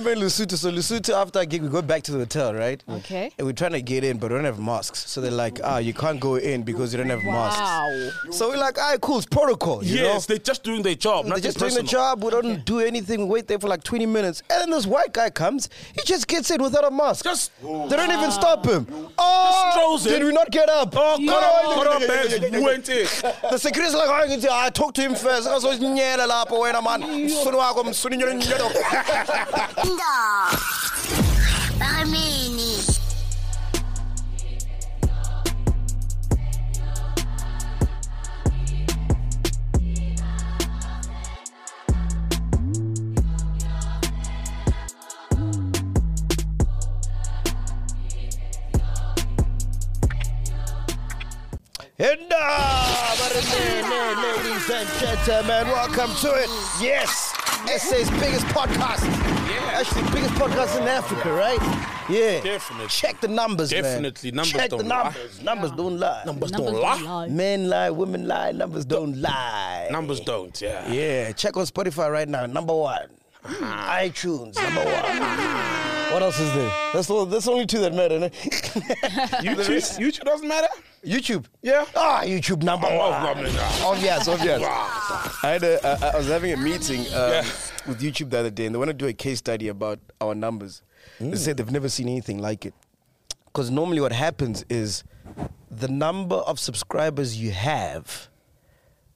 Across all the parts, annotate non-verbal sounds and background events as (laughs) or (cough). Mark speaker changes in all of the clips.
Speaker 1: remember in Lesotho. So Lesotho, after a gig, we go back to the hotel, right?
Speaker 2: Okay.
Speaker 1: And we're trying to get in, but we don't have masks. So they're like, ah, you can't go in because you don't have
Speaker 2: Wow.
Speaker 1: masks. So we're like, all right, cool, it's protocol. You
Speaker 3: yes,
Speaker 1: know?
Speaker 3: they're just doing their job.
Speaker 1: They're
Speaker 3: nothing
Speaker 1: just doing the
Speaker 3: personal.
Speaker 1: job. We don't
Speaker 2: Okay.
Speaker 1: do anything. We wait there for like 20 minutes. And then this white guy comes. He just gets in without a mask.
Speaker 3: Just-
Speaker 1: they don't even stop him. Oh,
Speaker 3: strolls
Speaker 1: did
Speaker 3: in.
Speaker 1: we not get up?
Speaker 3: Oh,
Speaker 1: No,
Speaker 3: cut
Speaker 1: no,
Speaker 3: up,
Speaker 1: no,
Speaker 3: cut up,
Speaker 1: no, no, no, (laughs) no, no, no,
Speaker 3: man.
Speaker 1: no.
Speaker 3: Went in.
Speaker 1: the security's like, oh, you see, I talk to him first. I was nyela lapho wena man. Msunu wakho, msunu nyelo nyelo."
Speaker 4: Indaba Barmeni
Speaker 1: Indaba Remene, ladies and gentlemen, welcome to it. Yes, SA's biggest podcast.
Speaker 3: Yeah.
Speaker 1: Actually, biggest podcast in Africa, right? Yeah.
Speaker 3: Definitely.
Speaker 1: Check the numbers, man.
Speaker 3: Definitely, numbers
Speaker 1: Check the
Speaker 3: don't lie.
Speaker 1: numbers. Numbers don't lie.
Speaker 3: Numbers
Speaker 2: Numbers
Speaker 3: don't
Speaker 2: don't
Speaker 3: lie.
Speaker 1: Men lie, women lie, numbers don't lie.
Speaker 3: Numbers don't, yeah.
Speaker 1: Yeah, check on Spotify right now. Number one,
Speaker 3: Uh-huh.
Speaker 1: iTunes. Number one. What else is there? That's all. That's only two that matter. No? (laughs)
Speaker 3: YouTube, YouTube doesn't matter?
Speaker 1: YouTube.
Speaker 3: Yeah.
Speaker 1: Ah, YouTube number
Speaker 3: Oh,
Speaker 1: one.
Speaker 3: no, no, no.
Speaker 1: Obvious, obvious.
Speaker 3: Wow.
Speaker 1: I had a, I, I was having a meeting um,
Speaker 3: Yeah.
Speaker 1: with YouTube the other day, and they want to do a case study about our numbers.
Speaker 3: Mm.
Speaker 1: They said they've never seen anything like it, because normally what happens is the number of subscribers you have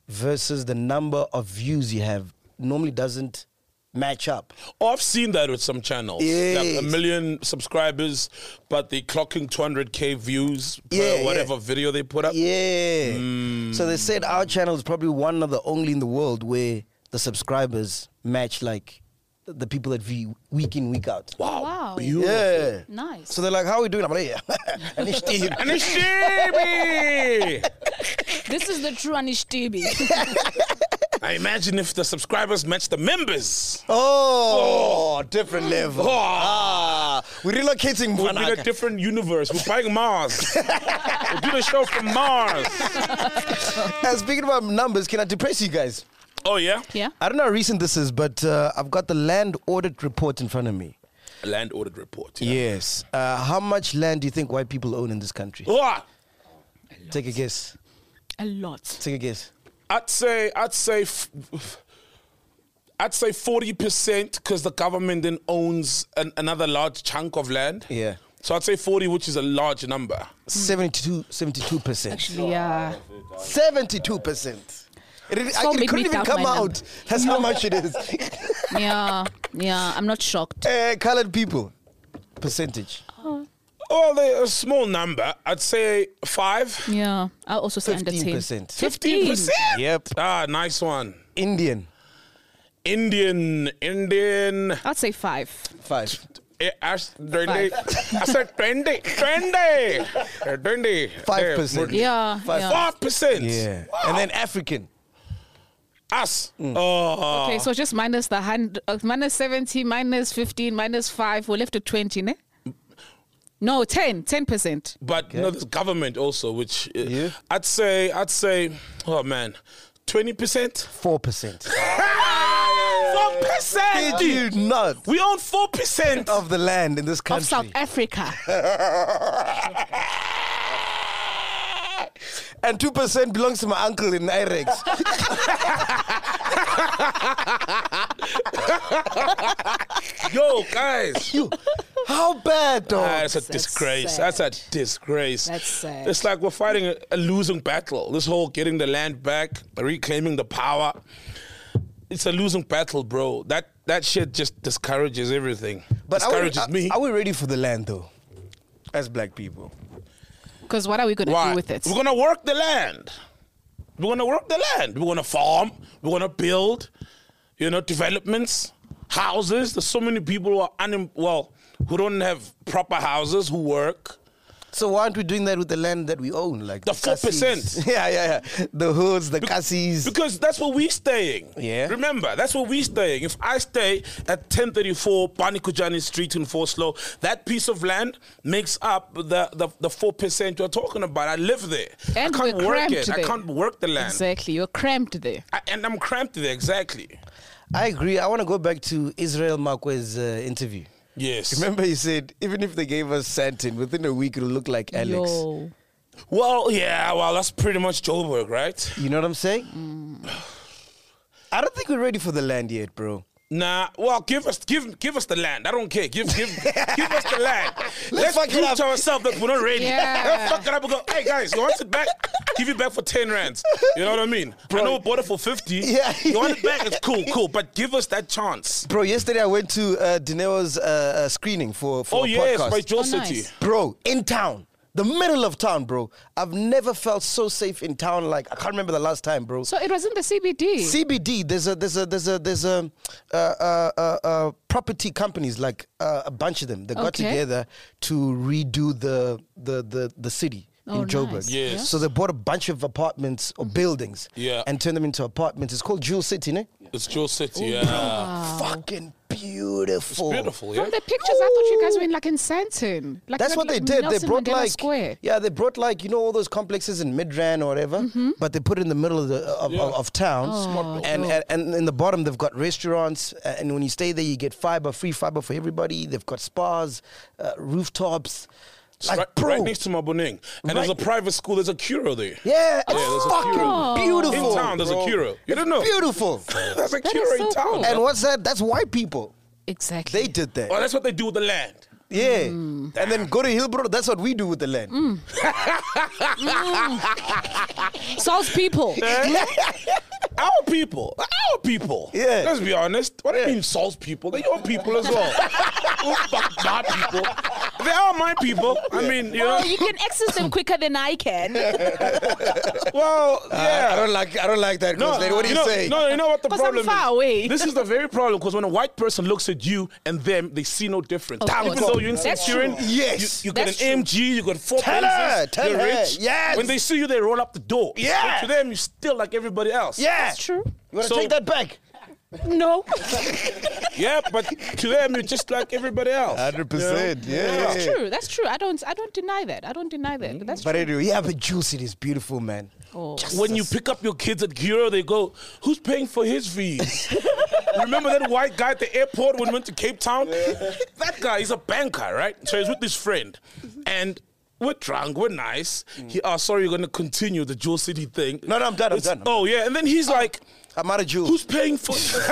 Speaker 1: versus the number of views you have normally doesn't match up.
Speaker 3: Oh, I've seen that with some channels.
Speaker 1: Yes.
Speaker 3: Like a million subscribers, but they're clocking 200k views per
Speaker 1: Yeah, yeah.
Speaker 3: whatever video they put up.
Speaker 1: Yeah.
Speaker 3: Hmm.
Speaker 1: So they said our channel is probably one of the only in the world where the subscribers match like th- the people that view week in week out.
Speaker 3: Wow.
Speaker 2: Wow.
Speaker 3: Beautiful.
Speaker 1: Yeah.
Speaker 2: Nice.
Speaker 1: So they're like, "How are we doing?" I'm like, "Yeah." (laughs) And
Speaker 3: (laughs)
Speaker 1: it's deep.
Speaker 3: And it's Shebe.
Speaker 2: This is the true Anish TV.
Speaker 3: I imagine if the subscribers match the members.
Speaker 1: Oh, different level.
Speaker 3: Oh.
Speaker 1: Ah, we're relocating.
Speaker 3: We'd be in a
Speaker 1: Mwanaka.
Speaker 3: different universe. We're
Speaker 1: (laughs)
Speaker 3: buying Mars. we'll do the show from Mars.
Speaker 1: And speaking about numbers, can I depress you guys?
Speaker 3: Oh, yeah?
Speaker 2: (laughs) yeah.
Speaker 1: I don't know how recent this is, but uh, I've got the land audit report in front of me.
Speaker 3: Land audit report.
Speaker 1: Yes. Uh, how much land do you think white people own in this country?
Speaker 3: Oh,
Speaker 1: Take a guess.
Speaker 2: A lot.
Speaker 1: Take a guess.
Speaker 3: I'd say, I'd say, f- I'd say 40% because the government then owns an, another large chunk of land.
Speaker 1: Yeah.
Speaker 3: So I'd say 40, which is a large number.
Speaker 1: 72 percent.
Speaker 2: Actually, yeah.
Speaker 1: Seventy-two percent. It, it,
Speaker 2: So
Speaker 1: it
Speaker 2: made
Speaker 1: couldn't
Speaker 2: me
Speaker 1: even
Speaker 2: doubt
Speaker 1: come
Speaker 2: my
Speaker 1: out.
Speaker 2: number.
Speaker 1: That's how much it
Speaker 2: (laughs)
Speaker 1: is.
Speaker 2: Yeah. Yeah. I'm not shocked.
Speaker 1: Eh, colored people, percentage.
Speaker 3: Oh, they're a small number. I'd say five.
Speaker 2: Yeah. I also say under 10.
Speaker 1: 15%.
Speaker 3: 15%?
Speaker 1: Yep.
Speaker 3: Ah, nice one.
Speaker 1: Indian,
Speaker 3: Indian, Indian.
Speaker 2: I'd say 5.
Speaker 1: five.
Speaker 3: Eh, I s- 20. I said 20. 20. Eh, 20.
Speaker 1: Five percent.
Speaker 2: Yeah.
Speaker 1: Five.
Speaker 2: yeah.
Speaker 3: 5%.
Speaker 1: Yeah. Mm. And then African.
Speaker 3: Us. Oh.
Speaker 2: Okay, so just minus the hundred, uh, minus 70, minus 15, minus 5. We're left at 20, ne? No, 10. 10%.
Speaker 3: But no, there's government also, which uh,
Speaker 1: Yeah.
Speaker 3: I'd say, I'd say, oh man, 20%?
Speaker 1: Four percent.
Speaker 3: 4%!
Speaker 1: Did you not
Speaker 3: We own
Speaker 1: (laughs)
Speaker 3: 4%.
Speaker 1: of the land in this
Speaker 2: Of South
Speaker 1: country?
Speaker 2: Africa.
Speaker 1: (laughs) And two percent belongs to my uncle in Irex.
Speaker 3: Yo, guys.
Speaker 1: you, how bad, dog?
Speaker 3: Ah, that's a
Speaker 2: That's
Speaker 3: disgrace.
Speaker 2: sad.
Speaker 3: That's a disgrace.
Speaker 2: That's sad.
Speaker 3: It's like we're fighting a, a losing battle. This whole getting the land back, reclaiming the power. It's a losing battle, bro. That that shit just discourages everything.
Speaker 1: are we-
Speaker 3: discourages
Speaker 1: are-
Speaker 3: me.
Speaker 1: Are we ready for the land though? As black people.
Speaker 2: Because what are we going to
Speaker 3: Why?
Speaker 2: do with it?
Speaker 3: We're gonna work the land. We're gonna work the land. We're gonna farm. We're gonna build. You know, developments, houses. There's so many people who are un- well, who don't have proper houses, who work.
Speaker 1: So why aren't we doing that with the land that we own, like
Speaker 3: The
Speaker 1: Cassis? (laughs)
Speaker 3: 4%.
Speaker 1: Yeah, yeah, yeah. The hoods, the cassis.
Speaker 3: Because that's where we're staying.
Speaker 1: Yeah.
Speaker 3: Remember, that's where we're staying. If I stay at 1034 Banikujani Street in Foslo, that piece of land makes up the, the, the 4% you're talking about. I live there.
Speaker 2: And
Speaker 3: I can't
Speaker 2: we're
Speaker 3: work
Speaker 2: cramped
Speaker 3: it. I
Speaker 2: there.
Speaker 3: can't work the land.
Speaker 2: Exactly. You're cramped there.
Speaker 3: I, and I'm cramped there, exactly.
Speaker 1: I agree. I want to go back to Israel Marquez's uh, interview.
Speaker 3: Yes.
Speaker 1: Remember, he said even if they gave us Santin, within a week it'll look like Alex.
Speaker 2: Yo.
Speaker 3: Well, yeah, well, that's pretty much Joburg, right?
Speaker 1: You know what I'm saying? (sighs) I don't think we're ready for the land yet, bro.
Speaker 3: Nah, well, give us give give us the land. I don't care. Give give give us the
Speaker 1: (laughs)
Speaker 3: land. Let's,
Speaker 1: fuck it
Speaker 3: prove
Speaker 1: up.
Speaker 3: to ourselves that we're not ready.
Speaker 2: Yeah.
Speaker 3: (laughs) Let's fuck it up and go. Hey guys, you want it back? Give it back for ten rands. You know what I mean? I know we bought it for fifty.
Speaker 1: (laughs) Yeah.
Speaker 3: You want it back? It's cool, cool. But give us that chance.
Speaker 1: Bro, yesterday I went to uh, Dineo's uh, uh, screening for for
Speaker 3: oh
Speaker 1: a
Speaker 3: yes,
Speaker 1: podcast.
Speaker 3: by Joel
Speaker 2: Oh, nice.
Speaker 3: City.
Speaker 1: bro, in town. The middle of town, bro. I've never felt so safe in town. Like I can't remember the last time, bro.
Speaker 2: So it was in the CBD.
Speaker 1: CBD. There's a there's a there's a there's a uh, uh, uh, uh, property companies like uh, a bunch of them. They got
Speaker 2: Okay.
Speaker 1: together to redo the the the, the city
Speaker 2: Oh,
Speaker 1: in Joburg.
Speaker 2: nice. Mm-hmm. Yes.
Speaker 3: Yeah.
Speaker 1: So they bought a bunch of apartments or buildings.
Speaker 3: Yeah.
Speaker 1: And turned them into apartments. It's called Jewel City, ne?
Speaker 3: It's Joel City. Yeah.
Speaker 1: Fucking beautiful.
Speaker 3: Beautiful. Yeah.
Speaker 2: From the pictures, I thought you guys were in like in Santon. Like
Speaker 1: That's
Speaker 2: not
Speaker 1: what they
Speaker 2: like
Speaker 1: did.
Speaker 2: Nelson
Speaker 1: they brought
Speaker 2: Mandela
Speaker 1: like
Speaker 2: Square.
Speaker 1: yeah, they brought like you know all those complexes in Midrand or whatever,
Speaker 2: Mm-hmm.
Speaker 1: but they put it in the middle of the of, of, of town.
Speaker 2: Smart
Speaker 1: and,
Speaker 2: built.
Speaker 1: and and in the bottom they've got restaurants, uh, and when you stay there you get fiber, free fiber for everybody. They've got spas, uh, rooftops, like
Speaker 3: right,
Speaker 1: bro.
Speaker 3: right next to Maboneng. And there's a
Speaker 1: Right-
Speaker 3: private school. There's a curo there.
Speaker 1: yeah, it's
Speaker 3: there's a Kiro.
Speaker 1: fucking beautiful.
Speaker 3: In town, there's a
Speaker 1: bro.
Speaker 3: Kiro. You don't know. (laughs)
Speaker 1: Beautiful.
Speaker 3: There's a
Speaker 2: That
Speaker 3: curo
Speaker 2: is
Speaker 3: in
Speaker 2: so
Speaker 3: town.
Speaker 2: cool.
Speaker 1: and what's that? That's white people.
Speaker 2: Exactly.
Speaker 1: They did that.
Speaker 3: well, oh, that's what they do with the land.
Speaker 1: Yeah.
Speaker 2: Mm.
Speaker 1: And then go to Hillbro. That's what we do with the land.
Speaker 2: (laughs) South
Speaker 3: (laughs)
Speaker 2: people.
Speaker 3: Our people, our people.
Speaker 1: Yeah.
Speaker 3: Let's be honest. What do you mean, Saul's people? They're your people
Speaker 1: (laughs)
Speaker 3: as well. Who fuck my people? They are my people. I mean, you
Speaker 2: Well,
Speaker 3: know.
Speaker 2: you can access them quicker than I can. Mm.
Speaker 1: (laughs)
Speaker 3: Well, yeah.
Speaker 1: Uh, I don't like. I don't like that.
Speaker 3: Uh, No,
Speaker 1: Ghost Lady. What do you,
Speaker 3: know,
Speaker 1: say?
Speaker 3: No, you know what the
Speaker 2: 'Cause I'm
Speaker 3: problem
Speaker 2: far
Speaker 3: is?
Speaker 2: away.
Speaker 3: This is the very problem because when a white person looks at you and them, they see no difference.
Speaker 2: Of
Speaker 3: Even
Speaker 2: course.
Speaker 3: though you're in
Speaker 2: That's
Speaker 3: Centurion,
Speaker 1: true. Yes.
Speaker 3: you, you got an
Speaker 2: That's true.
Speaker 3: MG, you got four
Speaker 1: Tell
Speaker 3: places,
Speaker 1: her, tell
Speaker 3: you're
Speaker 1: her.
Speaker 3: rich.
Speaker 1: Yes.
Speaker 3: When they see you, they roll up the door.
Speaker 1: Yeah.
Speaker 3: But to them, you're still like everybody else.
Speaker 1: Yeah.
Speaker 2: That's
Speaker 3: (laughs)
Speaker 2: true.
Speaker 1: You want to
Speaker 3: So-
Speaker 1: take that back?
Speaker 2: (laughs) No.
Speaker 3: Yeah, but to them, you're just like everybody else.
Speaker 2: That's true. That's true. I don't. I don't deny that. I don't deny that. That's
Speaker 1: But
Speaker 2: true.
Speaker 1: anyway, yeah, but Juice it is beautiful, man.
Speaker 2: Oh.
Speaker 3: when you pick up your kids at Giro, they go, "Who's paying for his fees?" Remember that white guy at the airport when we went to Cape Town? That guy is a banker, right? So he's with his friend, and we're drunk, we're nice. He, oh, sorry, you're gonna continue the Jewel City thing.
Speaker 1: No, no, I'm done, I'm done.
Speaker 3: Oh yeah, and then he's like,
Speaker 1: I'm out of Jules.
Speaker 3: "Who's
Speaker 1: (laughs)
Speaker 3: paying for?" (laughs)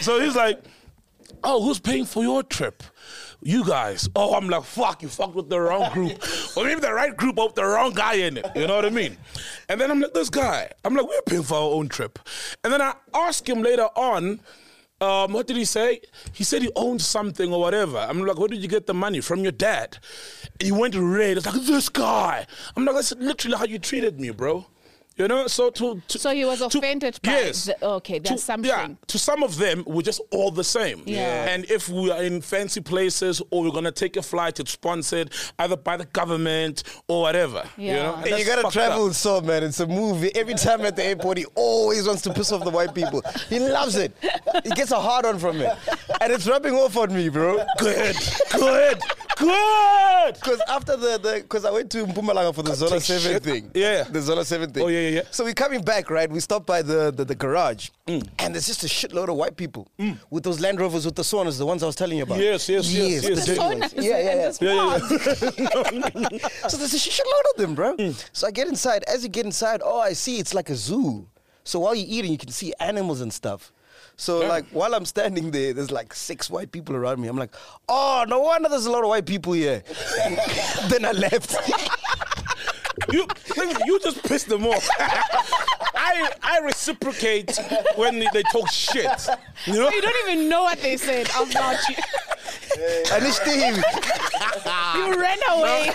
Speaker 3: so he's like, Oh, who's paying for your trip? You guys. Oh, I'm like, fuck, you fucked with the wrong
Speaker 2: (laughs)
Speaker 3: group. or maybe the right group, but with the wrong guy in it. You know what I mean? And then I'm like, this guy. I'm like, we're paying for our own trip. And then I ask him later on, um, what did he say? He said he owned something or whatever. I'm like, where did you get the money? From your dad. He went red. It's like, this guy. I'm like, that's literally how you treated me, bro. You know, so to, to
Speaker 2: So he was offended by
Speaker 3: yes.
Speaker 2: the- okay, that's
Speaker 3: to, Yeah,
Speaker 2: something.
Speaker 3: to some of them, we're just all the same.
Speaker 2: Yeah.
Speaker 3: And if we are in fancy places or we're gonna take a flight, it's sponsored either by the government or whatever. You
Speaker 2: Yeah.
Speaker 3: know,
Speaker 2: And
Speaker 1: And you
Speaker 3: that's
Speaker 1: gotta
Speaker 3: fucked
Speaker 1: travel
Speaker 3: up.
Speaker 1: with Saul, man. It's a movie. Every time at the airport, he always wants to piss off the white people. He loves it. He gets a hard on from it. And it's rubbing off on me, bro.
Speaker 3: Good, good, good.
Speaker 1: Because after the, the cause I went to Mpumalanga for the Zola
Speaker 3: take
Speaker 1: 7
Speaker 3: shit.
Speaker 1: thing.
Speaker 3: Yeah.
Speaker 1: The Zola 7 thing.
Speaker 3: Oh, yeah, yeah, yeah.
Speaker 1: So we're coming back, right? We stopped by the, the, the garage.
Speaker 3: Mm.
Speaker 1: And there's just a shitload of white people with those Land Rovers with the saunas, the ones I was telling you about.
Speaker 3: Yes, yes, yes,
Speaker 1: Yes, the
Speaker 3: yes.
Speaker 1: dirty ones.
Speaker 2: Saunas
Speaker 1: Yeah, yeah,
Speaker 2: and
Speaker 3: (laughs)
Speaker 1: yeah.
Speaker 2: this park.
Speaker 1: so there's a shitload of them, bro.
Speaker 3: Mm.
Speaker 1: So I get inside. As you get inside, oh, I see it's like a zoo. So while you're eating, you can see animals and stuff. So like while I'm standing there, there's like six white people around me. I'm like, oh, no wonder there's a lot of white people here. (laughs) then I left. (laughs)
Speaker 3: You, think you just pissed them off. (laughs) I, I reciprocate when they, they talk shit. You know?
Speaker 2: You don't even know what they said about
Speaker 3: (laughs)
Speaker 2: you.
Speaker 1: and it's Steve.
Speaker 3: Ah.
Speaker 2: You ran away.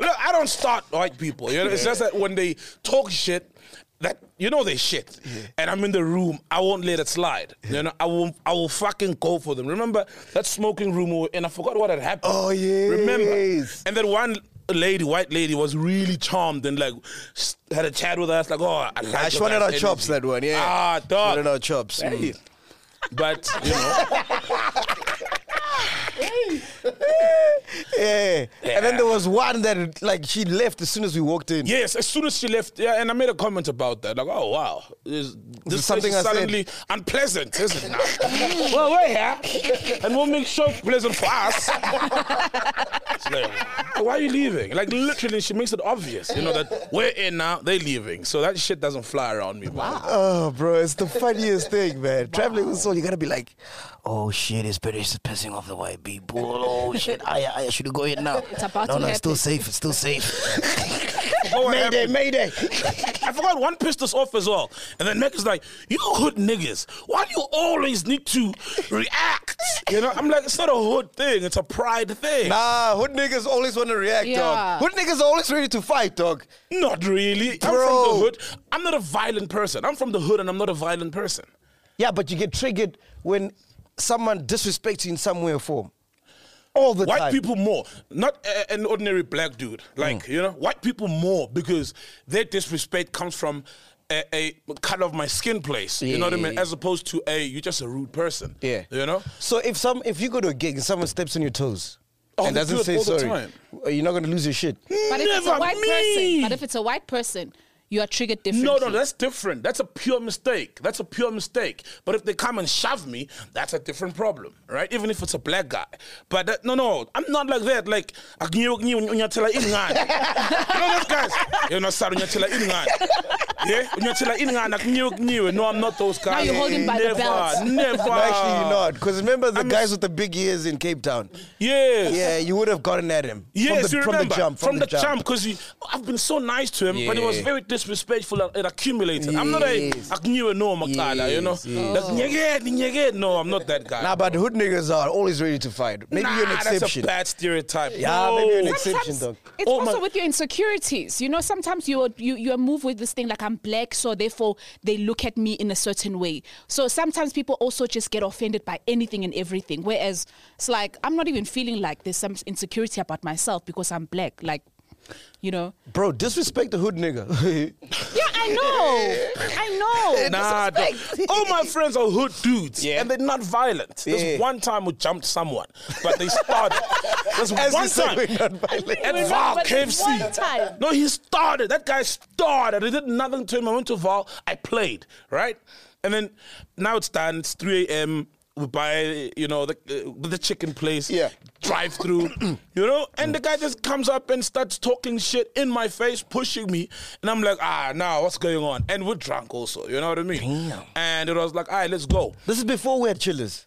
Speaker 3: Look, I don't start white people. You know, it's just that when they talk shit, that you know they shit, and I'm in the room, I won't let it slide. You know, I will, I will fucking go for them. Remember that smoking room, we were in? I forgot what had happened.
Speaker 1: Oh, yes.
Speaker 3: remember? And then one lady, white lady, was really charmed and like s- had a chat with us, like, oh, I like
Speaker 1: I
Speaker 3: your
Speaker 1: Ah, she wanted
Speaker 3: guys'
Speaker 1: our chops,
Speaker 3: energy.
Speaker 1: that one, yeah.
Speaker 3: Ah, dog.
Speaker 1: Wanted our chops.
Speaker 3: Hey.
Speaker 1: Mm.
Speaker 3: But
Speaker 1: (laughs)
Speaker 3: you know,
Speaker 1: Yeah. And then there was one that, like, she left as soon as we walked in.
Speaker 3: yes, as soon as she left, yeah, and I made a comment about that, like, oh wow, this, this
Speaker 1: something
Speaker 3: something
Speaker 1: I
Speaker 3: is
Speaker 1: said?
Speaker 3: suddenly unpleasant, isn't it? Now? (laughs) well, we're here, and we'll make sure it's pleasant for us. (laughs) It's like, why are you leaving? Like literally, she makes it obvious, you know, that we're in now, they're leaving, so that shit doesn't fly around me. Wow.
Speaker 1: Oh, bro, it's the funniest thing, man. Traveling with soul, you gotta be like, oh shit, it's British is pissing off the white people. Oh shit, I, I should go in now.
Speaker 2: It's about
Speaker 1: no,
Speaker 2: to
Speaker 1: no, it's still
Speaker 2: happen.
Speaker 1: safe. It's still
Speaker 3: (laughs)
Speaker 1: safe.
Speaker 3: Mayday,
Speaker 1: Mayday.
Speaker 3: (laughs) I forgot one pissed us off as well. And the next is like, you hood niggas, why do you always need to react? You know, I'm like, it's not a hood thing, it's a pride thing.
Speaker 1: Nah, hood niggas always want to react,
Speaker 2: Yeah.
Speaker 1: dog. Hood niggas are always ready to fight, dog.
Speaker 3: Not really. I'm
Speaker 1: Bro.
Speaker 3: from the hood. I'm not a violent person. I'm from the hood and I'm not a violent person.
Speaker 1: Yeah, but you get triggered when someone disrespects you in some way or form. All the
Speaker 3: White
Speaker 1: time. Mm.
Speaker 3: people more, not a, an ordinary black dude. Like you know, white people more because their disrespect comes from a, a cut of my skin place. You know what I mean?
Speaker 1: Yeah.
Speaker 3: As opposed to a you're just a rude person.
Speaker 1: Yeah.
Speaker 3: You know.
Speaker 1: So if some if you go to a gig and someone steps on your toes
Speaker 3: Oh,
Speaker 1: and
Speaker 3: they
Speaker 1: doesn't
Speaker 3: do it
Speaker 1: say
Speaker 3: all the
Speaker 1: sorry, uh,
Speaker 3: time.
Speaker 1: you're not gonna lose your
Speaker 3: (laughs)
Speaker 1: shit.
Speaker 2: But if it's a
Speaker 3: Never
Speaker 2: white
Speaker 3: me.
Speaker 2: person, but if it's a white person, you are triggered differently.
Speaker 3: No, no, that's different. That's a pure mistake. That's a pure mistake. But if they come and shove me, that's a different problem, right? Even if it's a black guy. But that, no, no, I'm not like that. Like, akunyo- kunyo- unyatela ingane. (laughs) you know those guys? You know, sorry, unyatela ingane. Yeah, unyatela ingane, akunyo- kunyo. No, I'm not those guys.
Speaker 2: you're holding by the
Speaker 3: never,
Speaker 2: belt.
Speaker 3: Never.
Speaker 1: No, actually, you're not. Because remember the guys with the big ears in Cape
Speaker 3: (laughs)
Speaker 1: Town.
Speaker 3: Yes.
Speaker 1: Yeah, you would have gotten at him. from
Speaker 3: Yes,
Speaker 1: the,
Speaker 3: you
Speaker 1: from the
Speaker 3: remember
Speaker 1: jump. From, the, jump.
Speaker 3: because I've been so nice to him, but it was
Speaker 1: Yeah.
Speaker 3: very disrespectful. and It accumulated. I'm not a
Speaker 1: Yes.
Speaker 3: I knew a no Makala, you know.
Speaker 1: Yes, yes.
Speaker 3: Like, "Nyege, nyege." No, I'm not that guy.
Speaker 1: Nah, but hood niggas are always ready to fight. Maybe
Speaker 3: nah,
Speaker 1: you're an
Speaker 3: that's a
Speaker 1: exception.
Speaker 3: bad stereotype.
Speaker 1: Yeah,
Speaker 3: no.
Speaker 1: maybe you're an ex-
Speaker 2: Sometimes
Speaker 1: exception, dog.
Speaker 2: It's
Speaker 3: Oh,
Speaker 2: also
Speaker 3: my-
Speaker 2: with your insecurities. You know, sometimes you are- you you are moved with this thing like I'm black, so therefore they look at me in a certain way. So sometimes people also just get offended by anything and everything. Whereas it's like I'm not even feeling like there's some insecurity about myself because I'm black. Like, you know.
Speaker 1: Bro, disrespect the hood nigga.
Speaker 2: Yeah, I know. I know. (laughs)
Speaker 3: Nah, dog. all my friends are hood dudes,
Speaker 1: Yeah.
Speaker 3: and they're not violent.
Speaker 1: Yeah.
Speaker 3: There's one time we jumped someone, but they started. There's
Speaker 1: As
Speaker 3: one
Speaker 1: you said,
Speaker 3: time.
Speaker 1: we're not violent.
Speaker 3: At
Speaker 2: We're not,
Speaker 3: Val
Speaker 2: but there's
Speaker 3: KFC.
Speaker 2: one time.
Speaker 3: No, he started. That guy started. I did nothing to him. I went to Val. I played, right? And then now it's done. It's 3 a.m. We buy, you know, the uh, the chicken place.
Speaker 1: Yeah.
Speaker 3: Drive through, (clears throat) you know, and the guy just comes up and starts talking shit in my face, pushing me, and I'm like, ah, now what's going on? And we're drunk also, you know what I mean?
Speaker 1: Damn.
Speaker 3: And it was like, all right, let's go.
Speaker 1: (laughs) this is before we had chillers.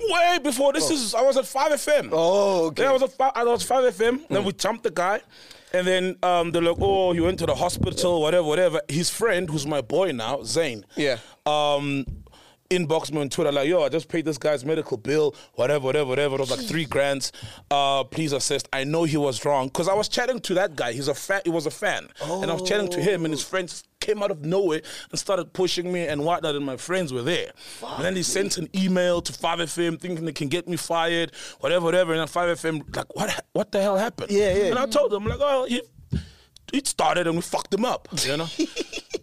Speaker 3: Way before this is, I was at Five FM.
Speaker 1: Oh, okay. Mm.
Speaker 3: Yeah, I was at Five, I was at Five FM. Then we jumped the guy, and then um, they're like, "Oh, he went to the hospital, whatever, whatever." His friend, who's my boy now, Zane.
Speaker 1: Yeah.
Speaker 3: Um, inboxed me on Twitter like, "Yo, I just paid this guy's medical bill, whatever, whatever, whatever. It was like three grand. Uh, please assist. I know he was wrong because I was chatting to that guy. He's a fan. He was a fan, and I was chatting to him, and his friends came out of nowhere and started pushing me and whatnot, and my friends were there. and then he sent an email to 5FM thinking they can get me fired, whatever, whatever. And then 5FM, like, what what the hell happened?
Speaker 1: Yeah, yeah.
Speaker 3: And I told them, like, oh, he, it started and we fucked them up, you
Speaker 1: (laughs)
Speaker 3: know?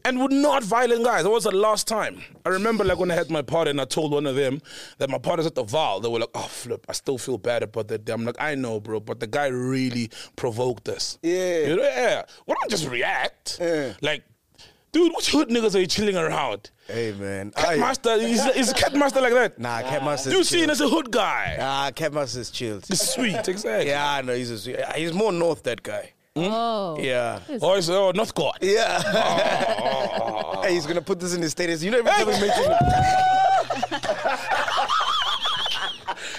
Speaker 3: and we're not violent guys. That was the last time. I remember, like, when I had my party and I told one of them that my party's at the Val, they were like, oh, flip, I still feel bad about that. day." I'm like, I know, bro, but the guy really provoked us.
Speaker 1: Yeah.
Speaker 3: You know, yeah. We don't just react.
Speaker 1: Yeah.
Speaker 3: Like, dude, what hood niggas are you chilling around?
Speaker 1: Hey, man. I-
Speaker 3: Catmaster, is, is Catmaster like that?
Speaker 1: Nah, Catmaster's
Speaker 3: You seen
Speaker 1: chill.
Speaker 3: as a hood guy.
Speaker 1: Ah, Catmaster's chilled.
Speaker 3: It's sweet, exactly.
Speaker 1: Yeah, I know. He's, a, sweet- ah, he's more north, that guy.
Speaker 2: Oh.
Speaker 1: Yeah.
Speaker 3: Oh, it's oh, North Oh. God.
Speaker 1: Yeah. (laughs) hey, he's gonna put this in his status. You never ever mention it.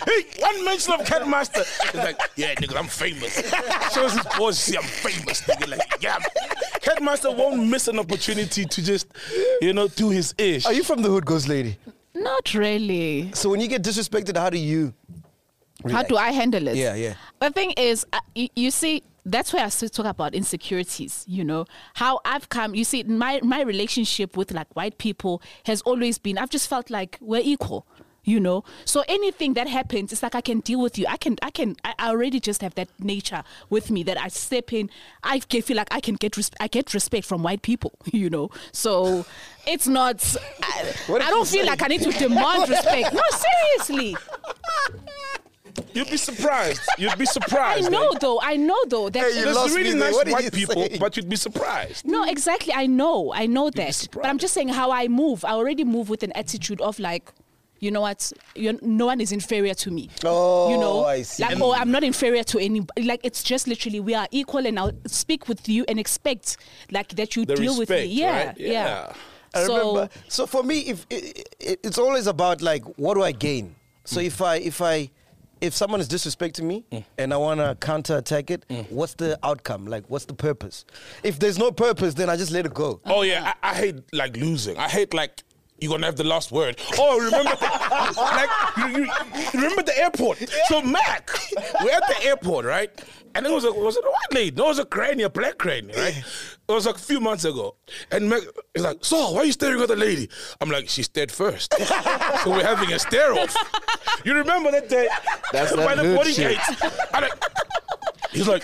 Speaker 3: Hey, one mention of Catmaster. It's like, yeah, nigga, I'm (laughs) famous. Shows his boys, see, I'm famous, nigga. Like, yeah. I'm- Catmaster won't miss an opportunity to just, you know, do his ish.
Speaker 1: Are you from the hood, ghost lady?
Speaker 2: Not really.
Speaker 1: So when you get disrespected, how do you
Speaker 2: How
Speaker 1: Relax.
Speaker 2: do I handle it?
Speaker 1: Yeah, yeah.
Speaker 2: The thing is, uh, you, you see, that's where I still talk about insecurities. You know how I've come. You see, my my relationship with like white people has always been. I've just felt like we're equal. You know, so anything that happens, it's like I can deal with you. I can, I can, I I already just have that nature with me that I step in. I can feel like I can get, res- I get respect from white people. (laughs) You know, so it's not. I,
Speaker 1: (laughs) What did
Speaker 2: I don't
Speaker 1: you
Speaker 2: feel
Speaker 1: say?
Speaker 2: like I need to demand respect. No,
Speaker 1: (laughs)
Speaker 2: seriously.
Speaker 3: You'd be surprised. You'd be
Speaker 2: I
Speaker 3: surprised.
Speaker 2: know
Speaker 3: like,
Speaker 2: though. I know though. That
Speaker 1: Hey, you
Speaker 3: There's
Speaker 1: lost me
Speaker 3: really
Speaker 1: there.
Speaker 3: nice
Speaker 1: What did you
Speaker 3: white people,
Speaker 1: say?
Speaker 3: but you'd be surprised.
Speaker 2: no, exactly. I know. I know that. But I'm
Speaker 3: surprised.
Speaker 2: just saying how I move. I already move with an attitude of like, you know what? You're, no one is inferior to me.
Speaker 1: Oh,
Speaker 2: you know,
Speaker 1: I see.
Speaker 2: like, oh, I'm not inferior to anybody. Like, it's just literally we are equal, and I'll speak with you and expect like that you
Speaker 3: The
Speaker 2: deal with
Speaker 3: respect,
Speaker 2: me. Yeah,
Speaker 3: right?
Speaker 2: yeah.
Speaker 3: Yeah.
Speaker 1: I
Speaker 2: so
Speaker 1: remember. So for me, if it, it, it's always about like, what do I gain? So if I if I if someone is disrespecting me and I want to counterattack it, what's the outcome? Like, what's the purpose? If there's no purpose, then I just let it go.
Speaker 3: Oh yeah, I, I hate like losing. I hate like you're gonna have the last word. Oh, remember, (laughs) like you, you, you remember the airport. So Mac, we're at the airport, right? And it was a was it a white lady? No, it was a crane, a black crane, right? It was like a few months ago, and Mac is like, "So why are you staring at the lady?" I'm like, "She stared first, (laughs) so we're having a stare off." You remember that day
Speaker 1: That's
Speaker 3: by
Speaker 1: that
Speaker 3: the
Speaker 1: hood
Speaker 3: boarding
Speaker 1: shit.
Speaker 3: gate? I'm like, he's like.